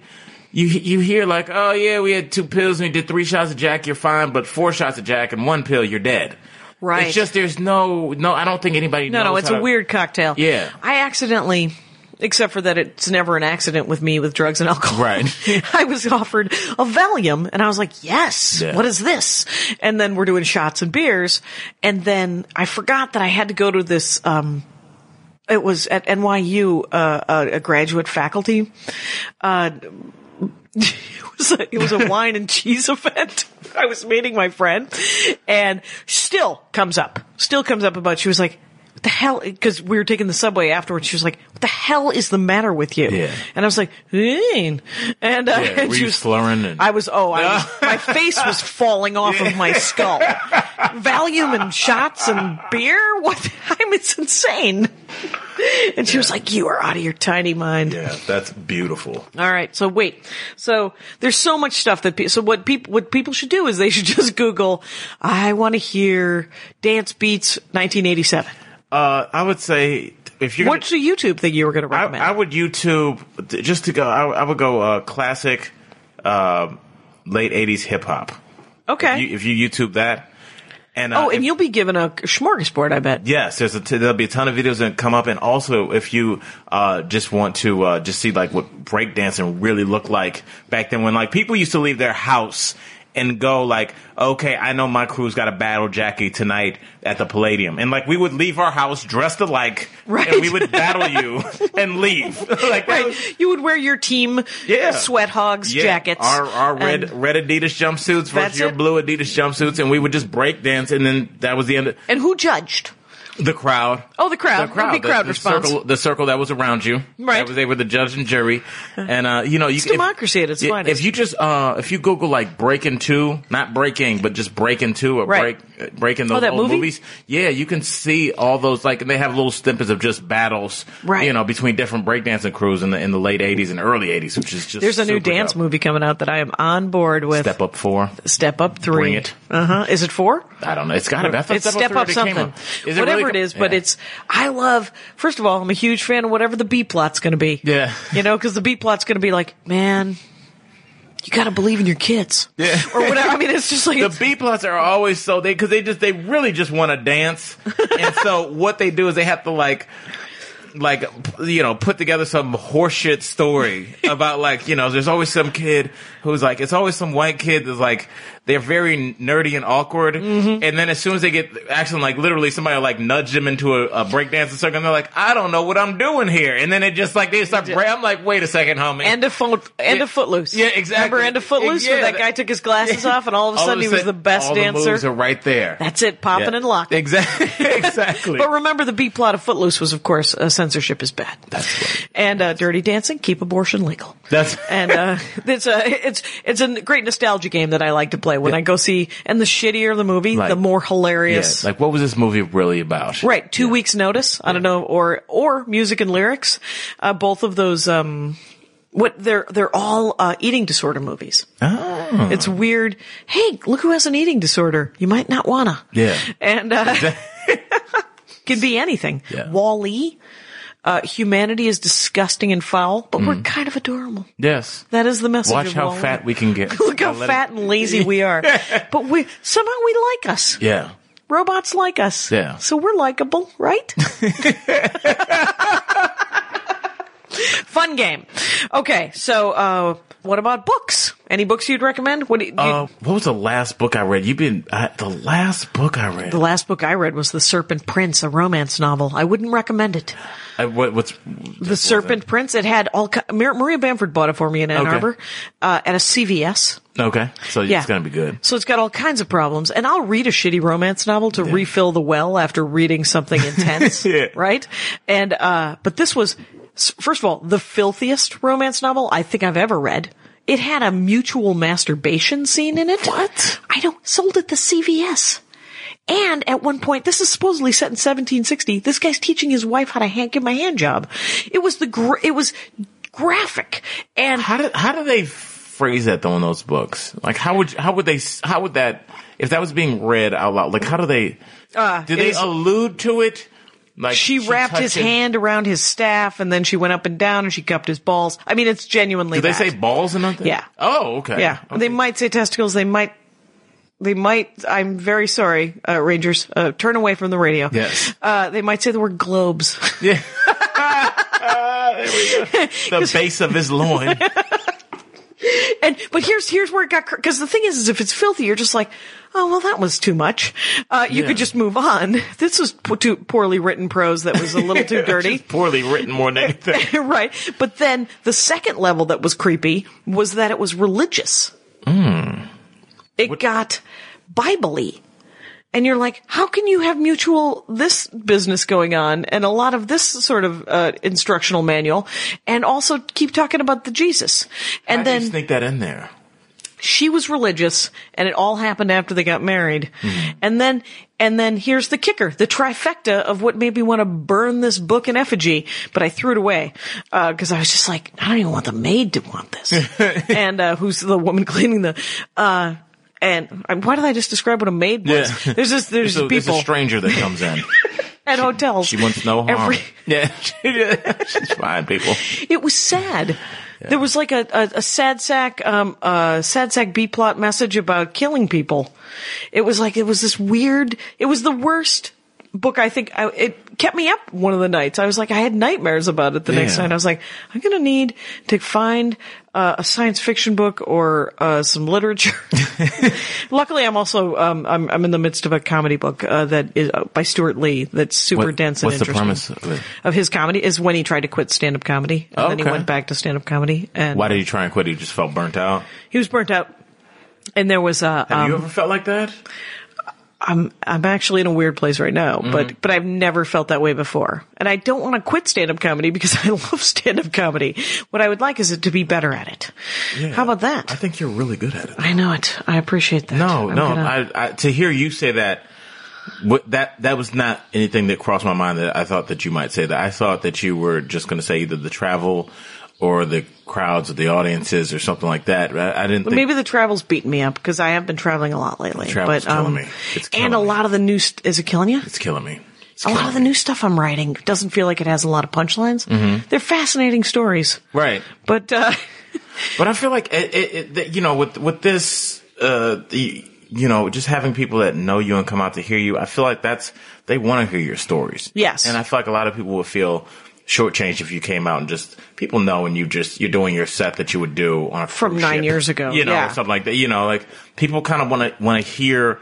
D: You, you hear like oh yeah we had two pills and we did three shots of Jack you're fine but four shots of Jack and one pill you're dead
C: Right.
D: It's just there's no no. I don't think anybody.
C: No,
D: knows
C: no, it's
D: how
C: a
D: to-
C: weird cocktail.
D: Yeah.
C: I accidentally, except for that it's never an accident with me with drugs and alcohol.
D: Right.
C: I was offered a Valium and I was like, yes,
D: Yeah.
C: what is this? And then we're doing shots and beers. And then I forgot that I had to go to this, um, it was at NYU, uh, a, a graduate faculty. Uh, it was a, it was a wine and cheese event. I was meeting my friend, and still comes up, still comes up about. She was like, "What the hell?" Because we were taking the subway afterwards. She was like, "What the hell is the matter with you?"
D: Yeah.
C: And I was like, "Hmm." And, uh,
D: Yeah,
C: and
D: were
C: she
D: you
C: was
D: slurring and-
C: I was. Oh, I was, my face was falling off of my skull. Valium and shots and beer. What? I'm. It's insane. And she was like, "You are out of your tiny mind."
D: Yeah, that's beautiful.
C: All right. So wait. So there's so much stuff that pe- so what people what people should do is they should just Google. I want to hear dance beats 1987.
D: Uh, I would say if you're
C: What's the YouTube thing you were going to
D: I,
C: recommend?
D: I would YouTube th- just to go. I, I would go uh, classic uh, late '80s hip hop.
C: okay.
D: You, if you YouTube that, and uh,
C: oh, and
D: if-
C: you'll be given a smorgasbord, I bet.
D: Yes, there's a t- there'll be a ton of videos that come up, and also if you uh, just want to uh, just see like what breakdancing really looked like back then, when like people used to leave their house and go like, okay, I know my crew's got a battle Jackie tonight at the Palladium, and like we would leave our house dressed alike,
C: Right.
D: and we would battle you and leave. like that was-
C: Right. You would wear your team
D: Yeah.
C: sweat hogs
D: yeah,
C: jackets.
D: Our, our red
C: And,
D: red Adidas jumpsuits
C: That's
D: versus your
C: it.
D: blue Adidas jumpsuits, and we would just break dance, and then that was the end. of
C: and who judged?
D: The crowd.
C: Oh, the crowd.
D: The crowd.
C: It'll be crowd response.
D: Circle, the circle that was around you.
C: Right.
D: That was, they were the judge and jury. And, uh, you know, you can- if-
C: democracy at its
D: yeah,
C: finest.
D: If you just, uh, if you Google like Breaking Two, not Breaking, but just Breaking Two or
C: Right.
D: Break, Breaking those
C: Oh, that
D: old
C: movie?
D: movies. Yeah, you can see all those, like, and they have little snippets of just battles,
C: Right.
D: you know, between different breakdancing crews in the, in the late 80s and early 80s, which is just.
C: There's a new
D: super
C: dance
D: dope.
C: movie coming out that I am on board with.
D: Step Up 4.
C: Step up three.
D: Bring it.
C: Uh huh. Is it four?
D: I don't know. It's got to be. I thought
C: it's step
D: Three
C: up
D: already
C: something,
D: came out. Is
C: whatever
D: really
C: it
D: com-
C: is. But
D: Yeah.
C: it's I love. First of all, I'm a huge fan of whatever the B plot's going to be.
D: Yeah.
C: you know, because the B plot's going to be like, man, you got to believe in your kids. Yeah, or whatever. I mean, it's just like
D: the
C: it's-
D: B plots are always so they because they just they really just want to dance, and so what they do is they have to like. Like you know, put together some horseshit story about like you know, there's always some kid who's like, it's always some white kid that's like, they're very nerdy and awkward,
C: Mm-hmm.
D: and then as soon as they get action, like literally somebody will, like nudge them into a, a breakdancing circle, and they're like, I don't know what I'm doing here, and then it just like they start. Bra- I'm like, wait a second, homie,
C: end of foot, end
D: Yeah.
C: of Footloose.
D: Yeah, exactly.
C: Remember end of Footloose
D: Yeah,
C: where that
D: that-
C: guy took his glasses off and all of a
D: All
C: sudden he was the best
D: all The moves
C: dancer.
D: are right there.
C: That's it, popping and locking.
D: Exactly. exactly.
C: But remember, the B plot of Footloose was, of course, uh, censorship is bad. That's right. And uh, Dirty Dancing, keep abortion legal.
D: That's-
C: and uh, it's a it's it's a great nostalgia game that I like to play when I go see. And the shittier the movie,
D: Like-
C: the more
D: Yeah,
C: hilarious.
D: Like, what was this movie really about?
C: Right, two weeks notice. I don't know, or or music and lyrics. Uh, both of those, um, what they're they're all uh, eating disorder movies.
D: Oh.
C: It's weird. Hey, look who has an eating disorder. You might not wanna.
D: Yeah.
C: And uh, could be anything.
D: Yeah.
C: Wall-E. Uh, humanity is disgusting and foul, but we're kind of adorable.
D: Yes.
C: That is the message.
D: Mm. Watch
C: of
D: how
C: Wall-E.
D: fat we can get.
C: Look how
D: I'll let
C: fat
D: it-
C: and lazy we are. but we somehow we like us.
D: Yeah.
C: Robots like us.
D: Yeah.
C: So we're likable, right? Fun game. Okay, so uh, what about books? Any books you'd recommend? What do you, do you-
D: Uh, what was the last book I read? You've been I, the last book I read.
C: the last book I read was The Serpent Prince, a romance novel. I wouldn't recommend it.
D: I, what, what's
C: The Serpent Prince. It had all. ki- Mar- Maria Bamford bought it for me in Ann
D: Okay.
C: Arbor uh, at a CVS.
D: Okay, so
C: Yeah.
D: it's gonna be good.
C: So it's got all kinds of problems, and I'll read a shitty romance novel to refill the well after reading something intense,
D: Yeah.
C: right? And uh, but this was s- first of all the filthiest romance novel I think I've ever read. It had a mutual masturbation scene in it. What? I don't sold at the CVS. And at one point, this is supposedly set in 1760. This guy's teaching his wife how to hand, give him a hand job. It was the gr- it was graphic and
D: How did how do they phrase that though in those books? Like how would how would they s- how would that if that was being read out loud? Like how do they
C: Uh,
D: do
C: it
D: they
C: is-
D: allude to it? Like
C: she, wrapped his
D: touched it?
C: hand around his staff and then she went up and down and she cupped his balls. I mean, it's genuinely.
D: Did they
C: that.
D: say balls and nothing?
C: Yeah.
D: Oh, okay.
C: Yeah.
D: Okay.
C: They might say testicles. They might they might. I'm very sorry, uh, Rangers. Uh, turn away from the radio.
D: Yes.
C: Uh, they might say the word globes.
D: Yeah. the base of his loin.
C: and but here's here's where it got because the thing is, is if it's filthy, you're just like, oh well, that was too much. Uh, you
D: Yeah.
C: could just move on. This was po- too poorly written prose that was a little too dirty.
D: Just poorly written more than anything.
C: right. But then the second level that was creepy was that it was religious.
D: Hmm.
C: It got biblically. And you're like, how can you have mutual this business going on and a lot of this sort of uh, instructional manual, and also keep talking about the Jesus? And
D: Why do
C: then
D: you sneak that in there.
C: she was religious and it all happened after they got married.
D: Mm-hmm.
C: And then, and then here's the kicker, the trifecta of what made me want to burn this book in effigy, but I threw it away. Uh, cause I was just like, I don't even want the maid to want this. and, uh, who's the woman cleaning the, uh, and uh, why did I just describe what a maid was?
D: Yeah.
C: There's just, there's
D: So there's
C: people
D: a stranger that comes in.
C: at hotels.
D: She wants no harm.
C: Every-
D: yeah, she's fine, people.
C: It was sad. There was like a, a, a sad sack, um, uh, sad sack B plot message about killing people. It was like, it was this weird, it was the worst book I think I, it kept me up one of the nights. I was like, I had nightmares about it the next
D: Yeah.
C: night. I was like, I'm going to need to find uh, a science fiction book or uh, some literature. Luckily, I'm also, um, I'm, I'm in the midst of a comedy book, uh, that is uh, by Stuart Lee that's super
D: What-
C: dense and
D: what's the
C: interesting
D: premise of it?
C: of his comedy is when he tried to quit stand up comedy. And then he
D: Okay.
C: went back to stand up comedy. And
D: Why did you try and quit? You just felt burnt out.
C: he was burnt out. And there was a,
D: Have you
C: um,
D: ever felt like that?
C: I'm, I'm actually in a weird place right now,
D: Mm-hmm.
C: but, but I've never felt that way before. And I don't want to quit stand up comedy because I love stand up comedy. What I would like is it to be better at it. How about that?
D: I
C: I,
D: think you're really good at it.
C: know it. I appreciate that.
D: No,
C: I'm
D: no.
C: gonna-
D: I, I, to hear you say that, what, that that was not anything that crossed my mind. That I thought that you might say that. I thought that you were just going to say either the travel or the crowds or the audiences or something like that. I, I didn't. Think,
C: Maybe the travel's beating me up because I have been traveling a lot lately.
D: travel's
C: but, um,
D: killing me. It's killing
C: and a
D: me.
C: lot of the new, st- is it killing you?
D: it's killing me. It's
C: a
D: killing
C: lot of the
D: me.
C: new stuff I'm writing doesn't feel like it has a lot of punchlines. They're fascinating stories,
D: right.
C: but uh,
D: But I feel like it, it, it, that, you know, with with this, uh, the, you know, just having people that know you and come out to hear you, I feel like that's they want to hear your stories.
C: Yes.
D: and I feel like a lot of people would feel shortchanged if you came out and just people know and you just you're doing your set that you would do on a
C: From
D: cruise
C: nine
D: ship.
C: years ago,
D: you know,
C: yeah.
D: or something like that. You know, like people kind of want to want to hear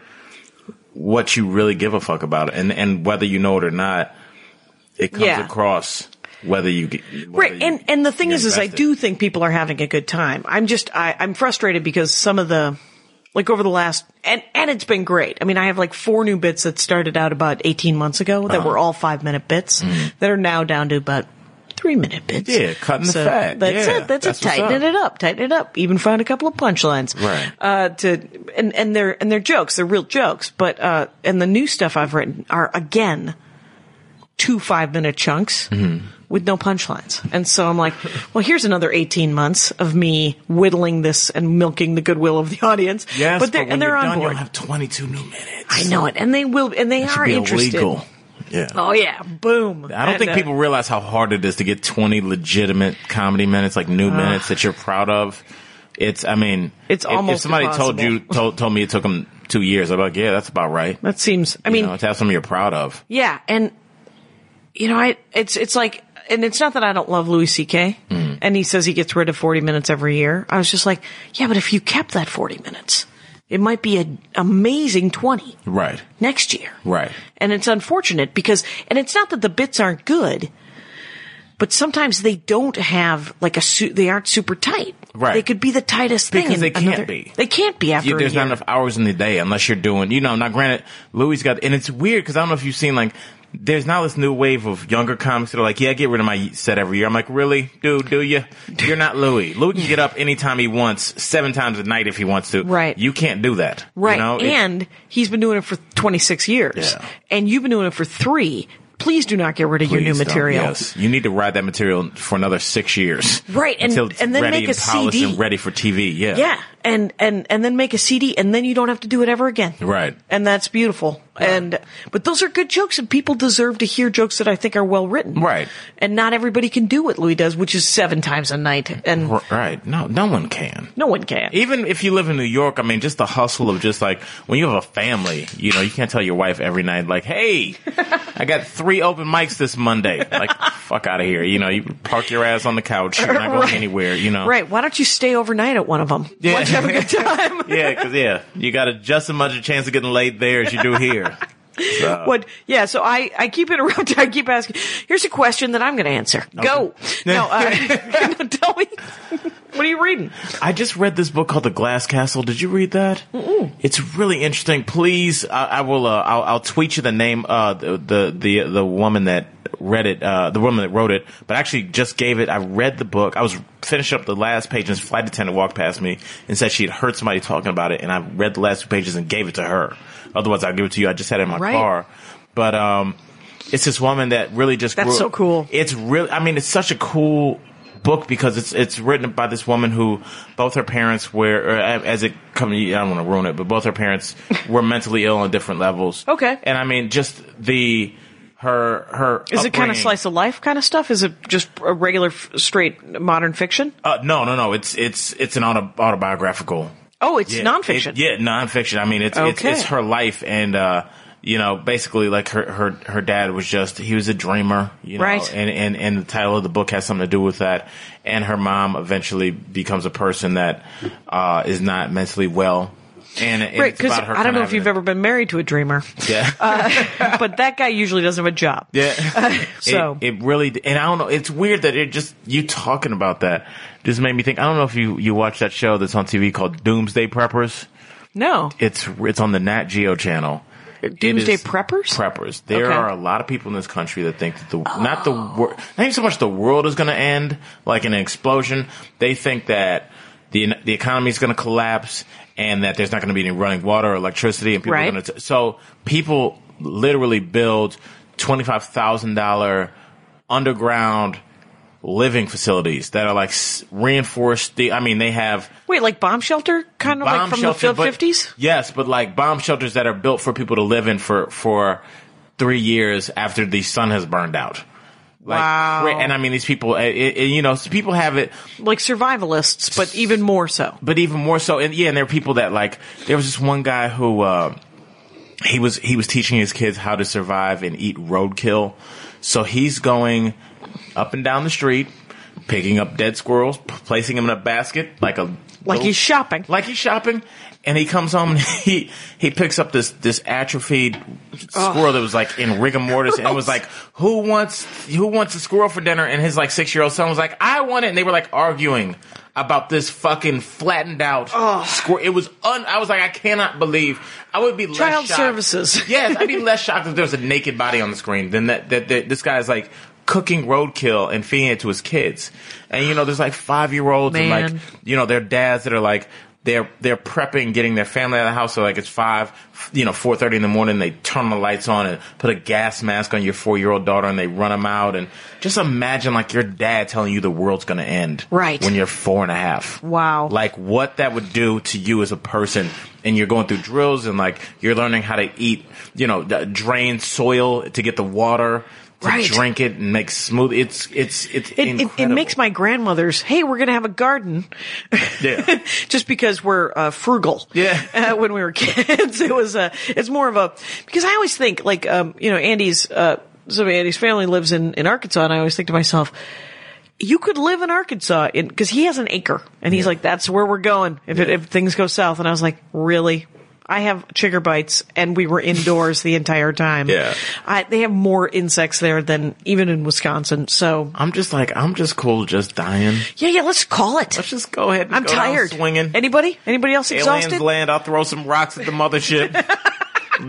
D: what you really give a fuck about, and and whether you know it or not, it comes
C: Yeah.
D: across. Whether you get whether
C: right.
D: you-
C: And and the thing
D: you're
C: is, is I
D: invested.
C: do think people are having a good time. I'm just I, I'm frustrated because some of the like over the last and and it's been great. I mean, I have like four new bits that started out about 18 months ago
D: Uh-huh.
C: that were all five minute bits that are now down to about. Three minute bits.
D: Mm-hmm. Yeah, cutting the
C: So
D: fat.
C: That's
D: Yeah,
C: it. That's,
D: that's
C: it.
D: what's
C: Tightening
D: up.
C: it up. Tightening it up. Even find a couple of punchlines.
D: Right.
C: uh, to and and they're and they're jokes. They're real jokes, but uh, and the new stuff I've written are again two five minute chunks with no punchlines. And so I'm like, well, here's another 18 months of me whittling this and milking the goodwill of the audience.
D: Yes,
C: but they're
D: when
C: and they're
D: you're
C: on
D: done,
C: board.
D: You'll have 22 new minutes.
C: I know it, and they will, and they
D: Should
C: are
D: be
C: interested.
D: illegal. Yeah.
C: Oh yeah, boom!
D: I don't
C: And,
D: think
C: uh,
D: people realize how hard it is to get 20 legitimate comedy minutes, like new minutes that you're proud of. It's, I mean,
C: It's
D: if- if
C: almost
D: somebody told you,
C: impossible.
D: told, told me it took them two years, I'm like, yeah, that's about right.
C: That seems. I
D: you
C: mean,
D: know, to have something you're proud of.
C: Yeah, and you know, I it's it's like, and it's not that I don't love Louis C.K.
D: Hmm.
C: and he says he gets rid of forty minutes every year. I was just like, yeah, but if you kept that forty minutes, it might be an amazing twenty
D: Right.
C: next year.
D: Right.
C: And it's unfortunate because, and it's not that the bits aren't good, but sometimes they don't have like a su- they aren't super tight.
D: Right.
C: They could be the tightest thing.
D: Because
C: in
D: they can't
C: another-
D: be.
C: They can't be after.
D: You-
C: a
D: there's
C: year.
D: not enough hours in the day unless you're doing, you know, now granted, Louis got, and it's weird because I don't know if you've seen like, there's now this new wave of younger comics that are like, yeah, I get rid of my set every year. I'm like, really? Dude, do you? You're not Louis. Louis can get up anytime he wants, seven times a night if he wants to.
C: Right.
D: You can't do that. You
C: Right.
D: know? It-
C: and he's been doing it for 26 years.
D: Yeah.
C: And you've been doing it for three. Please do not get rid of your new
D: Please don't.
C: material.
D: Yes. You need to ride that material for another six years.
C: Right, and-
D: Until it's
C: and then
D: ready
C: make a
D: and polished
C: CD.
D: and ready for TV. Yeah.
C: Yeah. and and and then make a CD, and then you don't have to do it ever again.
D: Right.
C: And that's beautiful. And but those are good jokes, and people deserve to hear jokes that I think are well written.
D: Right.
C: And not everybody can do what Louis does, which is seven times a night, and
D: R- Right. E, No, no one can.
C: no one can.
D: Even if you live in New York, I mean, just the hustle of just like when you have a family, you know, you can't tell your wife every night, like, hey, I got three open mics this Monday. Like, fuck out of here. You know, you park your ass on the couch. You're not going
C: Right.
D: anywhere, you know.
C: Right. Why don't you stay overnight at one of them?
D: Yeah.
C: Why don't you have a good time?
D: Yeah, because, yeah, you got a, just as much a chance of getting laid there as you do here. So-
C: What? Yeah. So I, I keep interrupting. I keep asking. Here's a question that I'm going to answer. Go. No. Uh, no, tell me. what are you reading?
D: I just read this book called The Glass Castle. Did you read that? It's really interesting. Please, I, I will. Uh, I'll, I'll tweet you the name. Uh, the, the the the woman that read it. Uh, the woman that wrote it. But I actually just gave it. I read the book. I was finished up the last page, and this flight attendant walked past me and said she had heard somebody talking about it, and I read the last two pages and gave it to her. Otherwise, I'll give it to you. I just had it in my
C: Right.
D: car. But um, it's this woman that really just
C: That's
D: grew-
C: so cool.
D: it's really i mean it's such a cool book because it's it's written by this woman who both her parents were or as it come i don't want to ruin it but both her parents were mentally ill on different levels
C: Okay.
D: and i mean just the her her
C: Is it kind of
D: upbringing-
C: slice of life kind of stuff? Is it just a regular, f- straight modern fiction?
D: uh, no no no it's it's it's an auto, autobiographical
C: Oh, it's
D: Yeah,
C: nonfiction.
D: it- yeah, nonfiction. I mean, it's
C: Okay.
D: it's, it's her life, and uh, you know, basically, like her her her dad was just he was a dreamer, you know,
C: Right.
D: And and and the title of the book has something to do with that. And her mom eventually becomes a person that uh, is not mentally well, and, and
C: Right,
D: it's
C: because
D: about her.
C: I don't
D: kinda
C: know if
D: having
C: you've uh,
D: a-
C: ever been married to a dreamer,
D: Yeah.
C: but that guy usually doesn't have a job.
D: Yeah.
C: uh, So-
D: it, it really, and I don't know. It's weird that it just you talking about that just made me think. I don't know if you you watch that show that's on TV called Doomsday Preppers.
C: No.
D: It's it's on the Nat Geo channel. It
C: Doomsday
D: is-
C: preppers?
D: Preppers. There
C: Okay. Oh.
D: are a lot of people in this country that think that the not the world, not even so much the world is going to end like in an explosion. They think that the the economy is going to collapse and that there's not going to be any running water or electricity and people
C: Right.
D: are going to so people literally build twenty five thousand dollar underground living facilities that are like s- reinforced. The I mean they have
C: Wait, like bomb shelter, kind of like from
D: shelter,
C: the
D: but-
C: fifties.
D: Yes, but like bomb shelters that are built for people to live in for for three years after the sun has burned out. Like,
C: Wow.
D: cra- And I mean, these people, it, it, you know, so people have it,
C: Like survivalists, but even more so.
D: but even more so. And yeah, and there are people that like. There was this one guy who uh, he was he was teaching his kids how to survive and eat roadkill. So he's going up and down the street, picking up dead squirrels, p- placing them in a basket like a
C: Like he's shopping.
D: like he's shopping, and he comes home and he he picks up this this atrophied squirrel that was like in rigor mortis, and it was like, who wants who wants a squirrel for dinner? And his like six year old son was like, I want it, and they were like arguing about this fucking flattened out squirrel. It was un. I was like, I cannot believe I would be less
C: Child
D: shocked-
C: services.
D: yes, I'd be less shocked if there was a naked body on the screen than that, that, that this guy is like cooking roadkill and feeding it to his kids. And you know, there's like five year olds and like
C: Man.
D: you know, their dads that are like they're they're prepping, getting their family out of the house. So like it's five, you know, four thirty in the morning. They turn the lights on and put a gas mask on your four year old daughter, and they run them out. And just imagine like your dad telling you the world's going to end
C: Right.
D: when you're four and a half.
C: Wow.
D: Like what that would do to you as a person, and you're going through drills, and like you're learning how to eat, you know, d- drain soil to get the water. To
C: Right.
D: drink it and make smoothie. It's it's it's
C: It, it, it
D: incredible.
C: makes my grandmother's. Hey, we're going to have a garden,
D: yeah.
C: just because we're uh, frugal.
D: Yeah.
C: Uh, when we were kids, it was a. It's more of a because I always think like um you know Andy's uh some of Andy's family lives in in Arkansas, and I always think to myself. You could live in Arkansas because he has an acre, and he's like, "That's where we're going if it, if things go south." And I was like, "Really? I have chigger bites, and we were indoors the entire time.
D: Yeah.
C: I, they have more insects there than even in Wisconsin. So
D: I'm just like I'm just cool, just dying.
C: Yeah, yeah, let's call it.
D: Let's just go ahead. And
C: I'm
D: go down
C: tired.
D: swinging.
C: Anybody? Anybody else
D: Aliens
C: exhausted?
D: land. I'll throw some rocks at the mothership.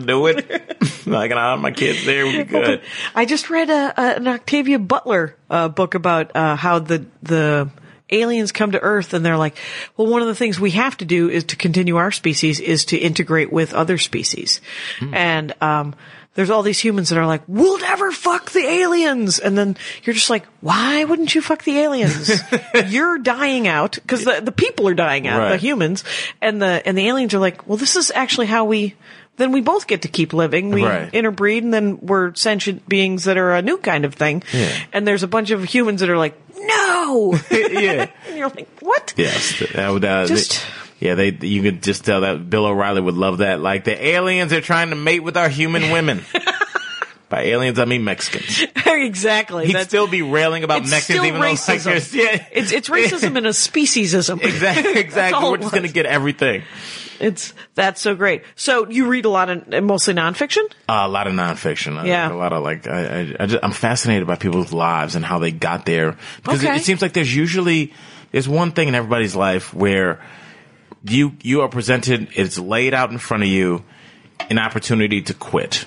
D: Do it. I can have my kids there. We good.
C: I just read a, a, an Octavia Butler uh, book about uh, how the the aliens come to Earth and they're like, well, one of the things we have to do is to continue our species is to integrate with other species.
D: Hmm.
C: And, um, there's all these humans that are like, we'll never fuck the aliens. And then you're just like, why wouldn't you fuck the aliens? you're dying out because the, the people are dying out, the
D: Right.
C: humans and the, and the aliens are like, well, this is actually how we, then we both get to keep living. We
D: Right.
C: interbreed and then we're sentient beings that are a new kind of thing.
D: Yeah.
C: And there's a bunch of humans that are like, no.
D: yeah.
C: and you're like, what?
D: Yes, that would. Uh,
C: Just-
D: they- yeah, they. You could just tell that Bill O'Reilly would love that. Like the aliens are trying to mate with our human women. By aliens, I mean Mexicans.
C: exactly.
D: He'd
C: That's-
D: still be railing about
C: it's
D: Mexicans,
C: still
D: even though like,
C: racism.
D: there's- yeah,
C: It's, it's racism and a speciesism.
D: exactly. Exactly.
C: all
D: We're
C: it
D: just gonna
C: was.
D: get everything.
C: It's, that's so great. So you read a lot of mostly nonfiction?
D: Uh, a lot of nonfiction. I-
C: Yeah.
D: a lot of like I, I, I just, I'm fascinated by people's lives and how they got there because it,
C: Okay.
D: it seems like there's usually there's one thing in everybody's life where you you are presented it's laid out in front of you an opportunity to quit,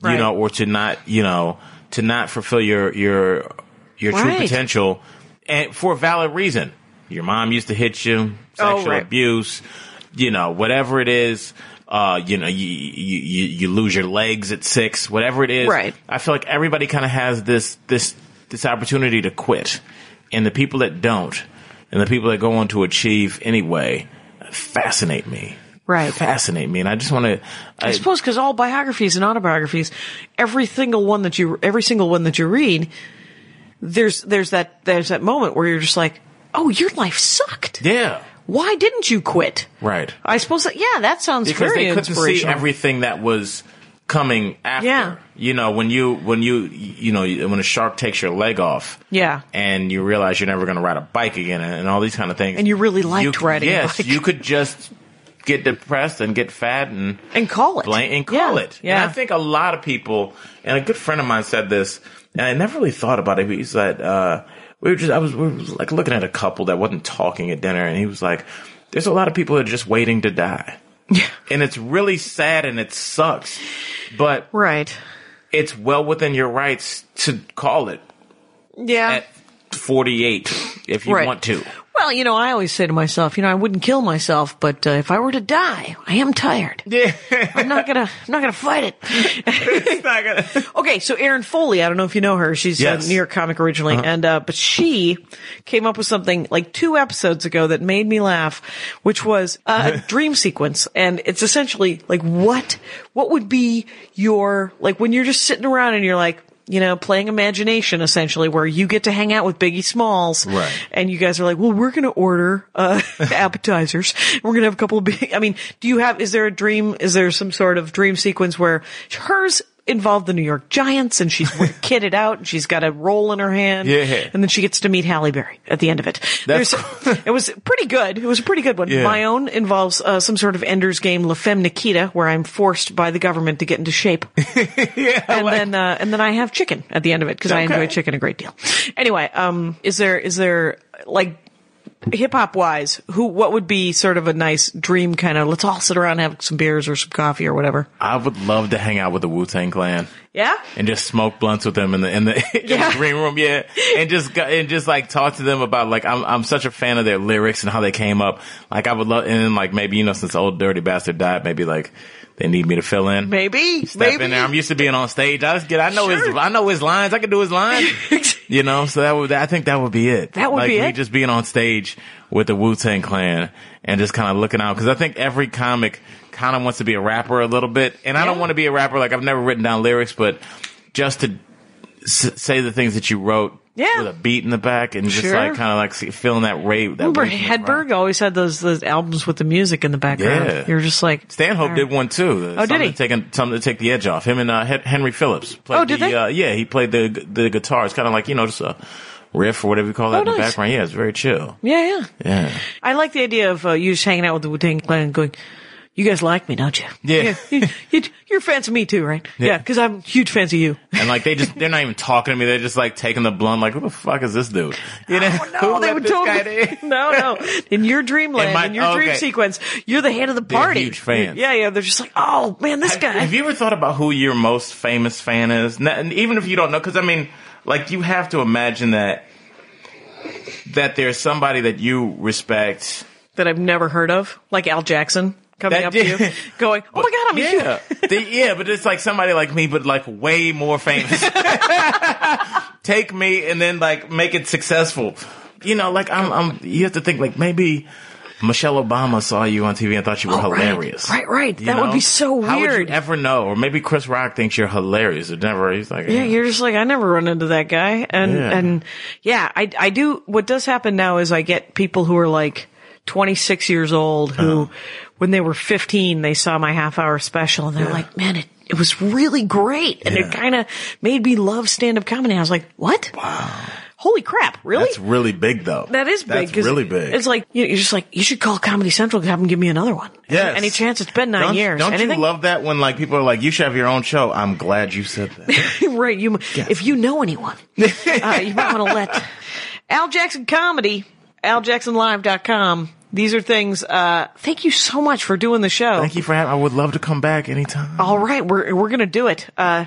C: Right.
D: you know, or to not you know to not fulfill your your your true
C: Right.
D: potential and for a valid reason. Your mom used to hit you,
C: Oh,
D: sexual
C: right.
D: abuse, you know, whatever it is. Uh, you know, you, you you you lose your legs at six, whatever it is.
C: Right.
D: I feel like everybody kind of has this this this opportunity to quit, and the people that don't, and the people that go on to achieve anyway, fascinate me.
C: Right.
D: Fascinate me, and I just want to.
C: I suppose because all biographies and autobiographies, every single one that you, every single one that you read, there's there's that there's that moment where you're just like, oh, your life sucked.
D: Yeah.
C: Why didn't you quit?
D: Right.
C: I suppose that yeah, that sounds
D: because
C: very
D: they couldn't see
C: inspirational.
D: everything that was coming after.
C: Yeah.
D: You know, when you when you you know when a shark takes your leg off.
C: Yeah.
D: And you realize you're never going to ride a bike again, and, and all these kind of things.
C: And you really liked riding a
D: Yes,
C: bike.
D: you could just get depressed and get fat and
C: and call it
D: blame and call
C: yeah.
D: it.
C: Yeah,
D: And I think a lot of people, and a good friend of mine said this, and I never really thought about it. But he said, uh, we were just, I was, we were like looking at a couple that wasn't talking at dinner, and he was like, there's a lot of people that are just waiting to die. and it's really sad and it sucks, but
C: right.
D: it's well within your rights to call it
C: Yeah.
D: at 48 if you
C: Uh, Right.
D: want to.
C: well, you know, I always say to myself, you know, I wouldn't kill myself, but uh, if I were to die, I am tired.
D: Yeah.
C: I'm not gonna, I'm not gonna fight it.
D: It's not gonna-
C: Okay, so Erin Foley, I don't know if you know her. She's
D: Yes. Uh-huh.
C: a New York comic originally, and uh, but she came up with something like two episodes ago that made me laugh, which was uh, a dream sequence, and it's essentially like what what would be your like when you're just sitting around and you're like. You know, playing imagination essentially, where you get to hang out with Biggie Smalls,
D: Right.
C: And you guys are like, "Well, we're going to order uh, appetizers. We're going to have a couple of big." I mean, do you have? Is there a dream? Is there some sort of dream sequence where hers involved the New York Giants and she's kitted out and she's got a roll in her hand?
D: Yeah.
C: And then she gets to meet Halle Berry at the end of it.
D: That's-
C: There's- it was pretty good. It was a pretty good one.
D: Yeah.
C: My own involves uh, some sort of Ender's Game, La Femme Nikita, where I'm forced by the government to get into shape and then uh, and then I have chicken at the end of it because I
D: Okay.
C: enjoy chicken a great deal. Anyway, um, is there is there like hip hop wise, who what would be sort of a nice dream kind of let's all sit around and have some beers or some coffee or whatever?
D: I would love to hang out with the Wu Tang Clan.
C: Yeah,
D: and just smoke blunts with them in the in the, in
C: Yeah.
D: the green room, yeah, and just go- and just like talk to them about like I'm I'm such a fan of their lyrics and how they came up. Like I would love, and then, like maybe you know since old dirty bastard died, maybe like they need me to fill in.
C: maybe
D: Step
C: maybe.
D: in there. I'm used to being on stage. I just get. I know his.
C: Sure.
D: I know his lines. I can do his lines. you know. So that would. I think that would be it.
C: That would
D: like
C: be
D: me
C: it.
D: Just being on stage with the Wu Tang Clan and just kind of looking out because I think every comic kind of wants to be a rapper a little bit, and I don't
C: Yeah.
D: want to be a rapper. Like I've never written down lyrics, but just to s- say the things that you wrote.
C: Yeah.
D: With a beat in the back and just
C: Sure.
D: like kind of like see- feeling that rave. That
C: Remember
D: wave from the crowd.
C: Hedberg always had those those albums with the music in the background.
D: Yeah.
C: You're just like
D: Stanhope did one too.
C: Oh, did he?
D: Taking something to take the edge off. Him and uh, Hen- Henry Phillips. Played
C: Oh, did
D: the,
C: they?
D: Uh, yeah, he played the the guitar. It's kind of like you know just a riff or whatever you call that
C: Oh,
D: in the
C: nice.
D: background. Yeah, it's very chill.
C: Yeah, yeah.
D: Yeah,
C: I like the idea of uh, you just hanging out with the Wu Tang Clan and going, "You guys like me, don't you?
D: Yeah.
C: you, you, you're fans of me too, right? Yeah, because I'm huge fans of you.
D: and like they just they're not even talking to me. They're just like taking the blunt. Like who the fuck is this dude? You know,
C: Oh, No,
D: Who
C: they
D: let
C: would
D: this guy
C: totally.
D: in?
C: No, no. In your dreamland, in,
D: In my-
C: your
D: oh,
C: dream
D: okay.
C: sequence, you're the head of the party.
D: huge fans.
C: Yeah, yeah. They're just like, oh man, this guy.
D: Have you ever thought about who your most famous fan is? N- And even if you don't know, because I mean, like you have to imagine that that there's somebody that you respect.
C: that I've never heard of, like Al Jackson coming
D: That
C: up
D: did-
C: to you, going, "Oh my god, I'm a huge
D: yeah, They- yeah, but it's like somebody like me, but like way more famous. Take me and then like make it successful. You know, like I'm, I'm. You have to think like maybe Michelle Obama saw you on TV and thought you were
C: Oh, right.
D: hilarious.
C: Right, right.
D: You
C: That would be so
D: How would
C: weird.
D: you ever know? Or maybe Chris Rock thinks you're hilarious. It never. He's like,
C: Yeah, you're just like I never run into that guy, and
D: Yeah.
C: and yeah, I I do. What does happen now is I get people who are like 26 years old who,
D: Uh-huh.
C: when they were 15, they saw my half hour special, and they're like, man, it. It was really great, and
D: Yeah.
C: it kind of made me love stand-up comedy. I was like, "What? Wow! Holy crap! Really?
D: That's really big though.
C: That is big.
D: That's
C: 'cause
D: really big.
C: It's like you- you're just like you should call Comedy Central and have them give me another one.
D: Yes.
C: Any chance? It's been 9
D: Don't-
C: years.
D: Don't
C: Anything?
D: you love that when like people are like, you should have your own show? I'm glad you said that.
C: right. You. If you know anyone, uh, you might want to let Al Jackson comedy. AlJacksonLive.com. These are things. Uh, thank you so much for doing the show.
D: Thank you for having. I would love to come back anytime.
C: All right, we're we're gonna do it. Uh,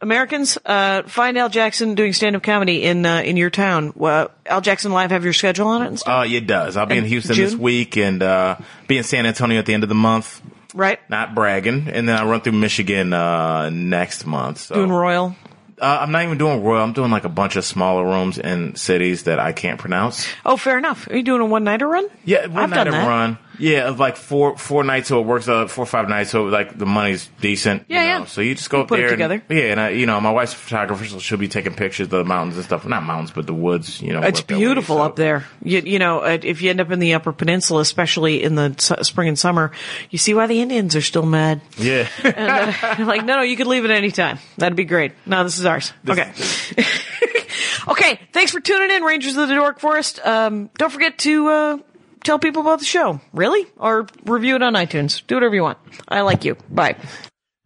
C: Americans, uh, find Al Jackson doing stand up comedy in uh, in your town. Uh, Al Jackson Live have your schedule on it and stuff,
D: Uh, it does. I'll be in
C: And
D: Houston this
C: June?
D: week and uh, be in San Antonio at the end of the month.
C: right?
D: Not bragging, and then I run through Michigan uh, next month. So.
C: Doing Royal.
D: uh, I'm not even doing Royal. I'm doing like a bunch of smaller rooms in cities that I can't pronounce.
C: Oh, fair enough. Are you doing a one nighter run?
D: Yeah, one
C: I've
D: night
C: done
D: a
C: that.
D: run. Yeah, of like four four nights, so it works out four or five nights, so like the money's decent. you
C: Yeah, yeah.
D: know. So you just go up
C: put it
D: there and-
C: together.
D: yeah, and I, you know, my wife's a photographer, so she'll be taking pictures of the mountains and stuff. Not mountains, but the woods. You know,
C: It's
D: up that way,
C: beautiful
D: so-
C: up there. You, you know, uh, if you end up in the Upper Peninsula, especially in the su- spring and summer, you see why the Indians are still mad.
D: Yeah,
C: like, no, no, you could leave at any time. That'd be great. No, this is ours. okay. okay. Thanks for tuning in, Rangers of the Dork Forest. Um, don't forget to uh, tell people about the show. Really? Or review it on iTunes. Do whatever you want. I like you. Bye.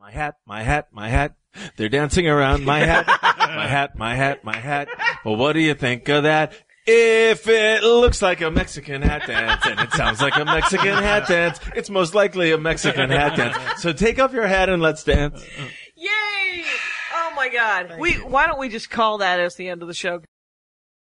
E: My hat, my hat, my hat. They're dancing around my hat, my hat, my hat, my hat. Well, what do you think of that? If it looks like a Mexican hat dance and it sounds like a Mexican hat dance, it's most likely a Mexican hat dance. So take off your hat and let's dance.
C: Yay! Oh my God. we why don't we just call that as the end of the show?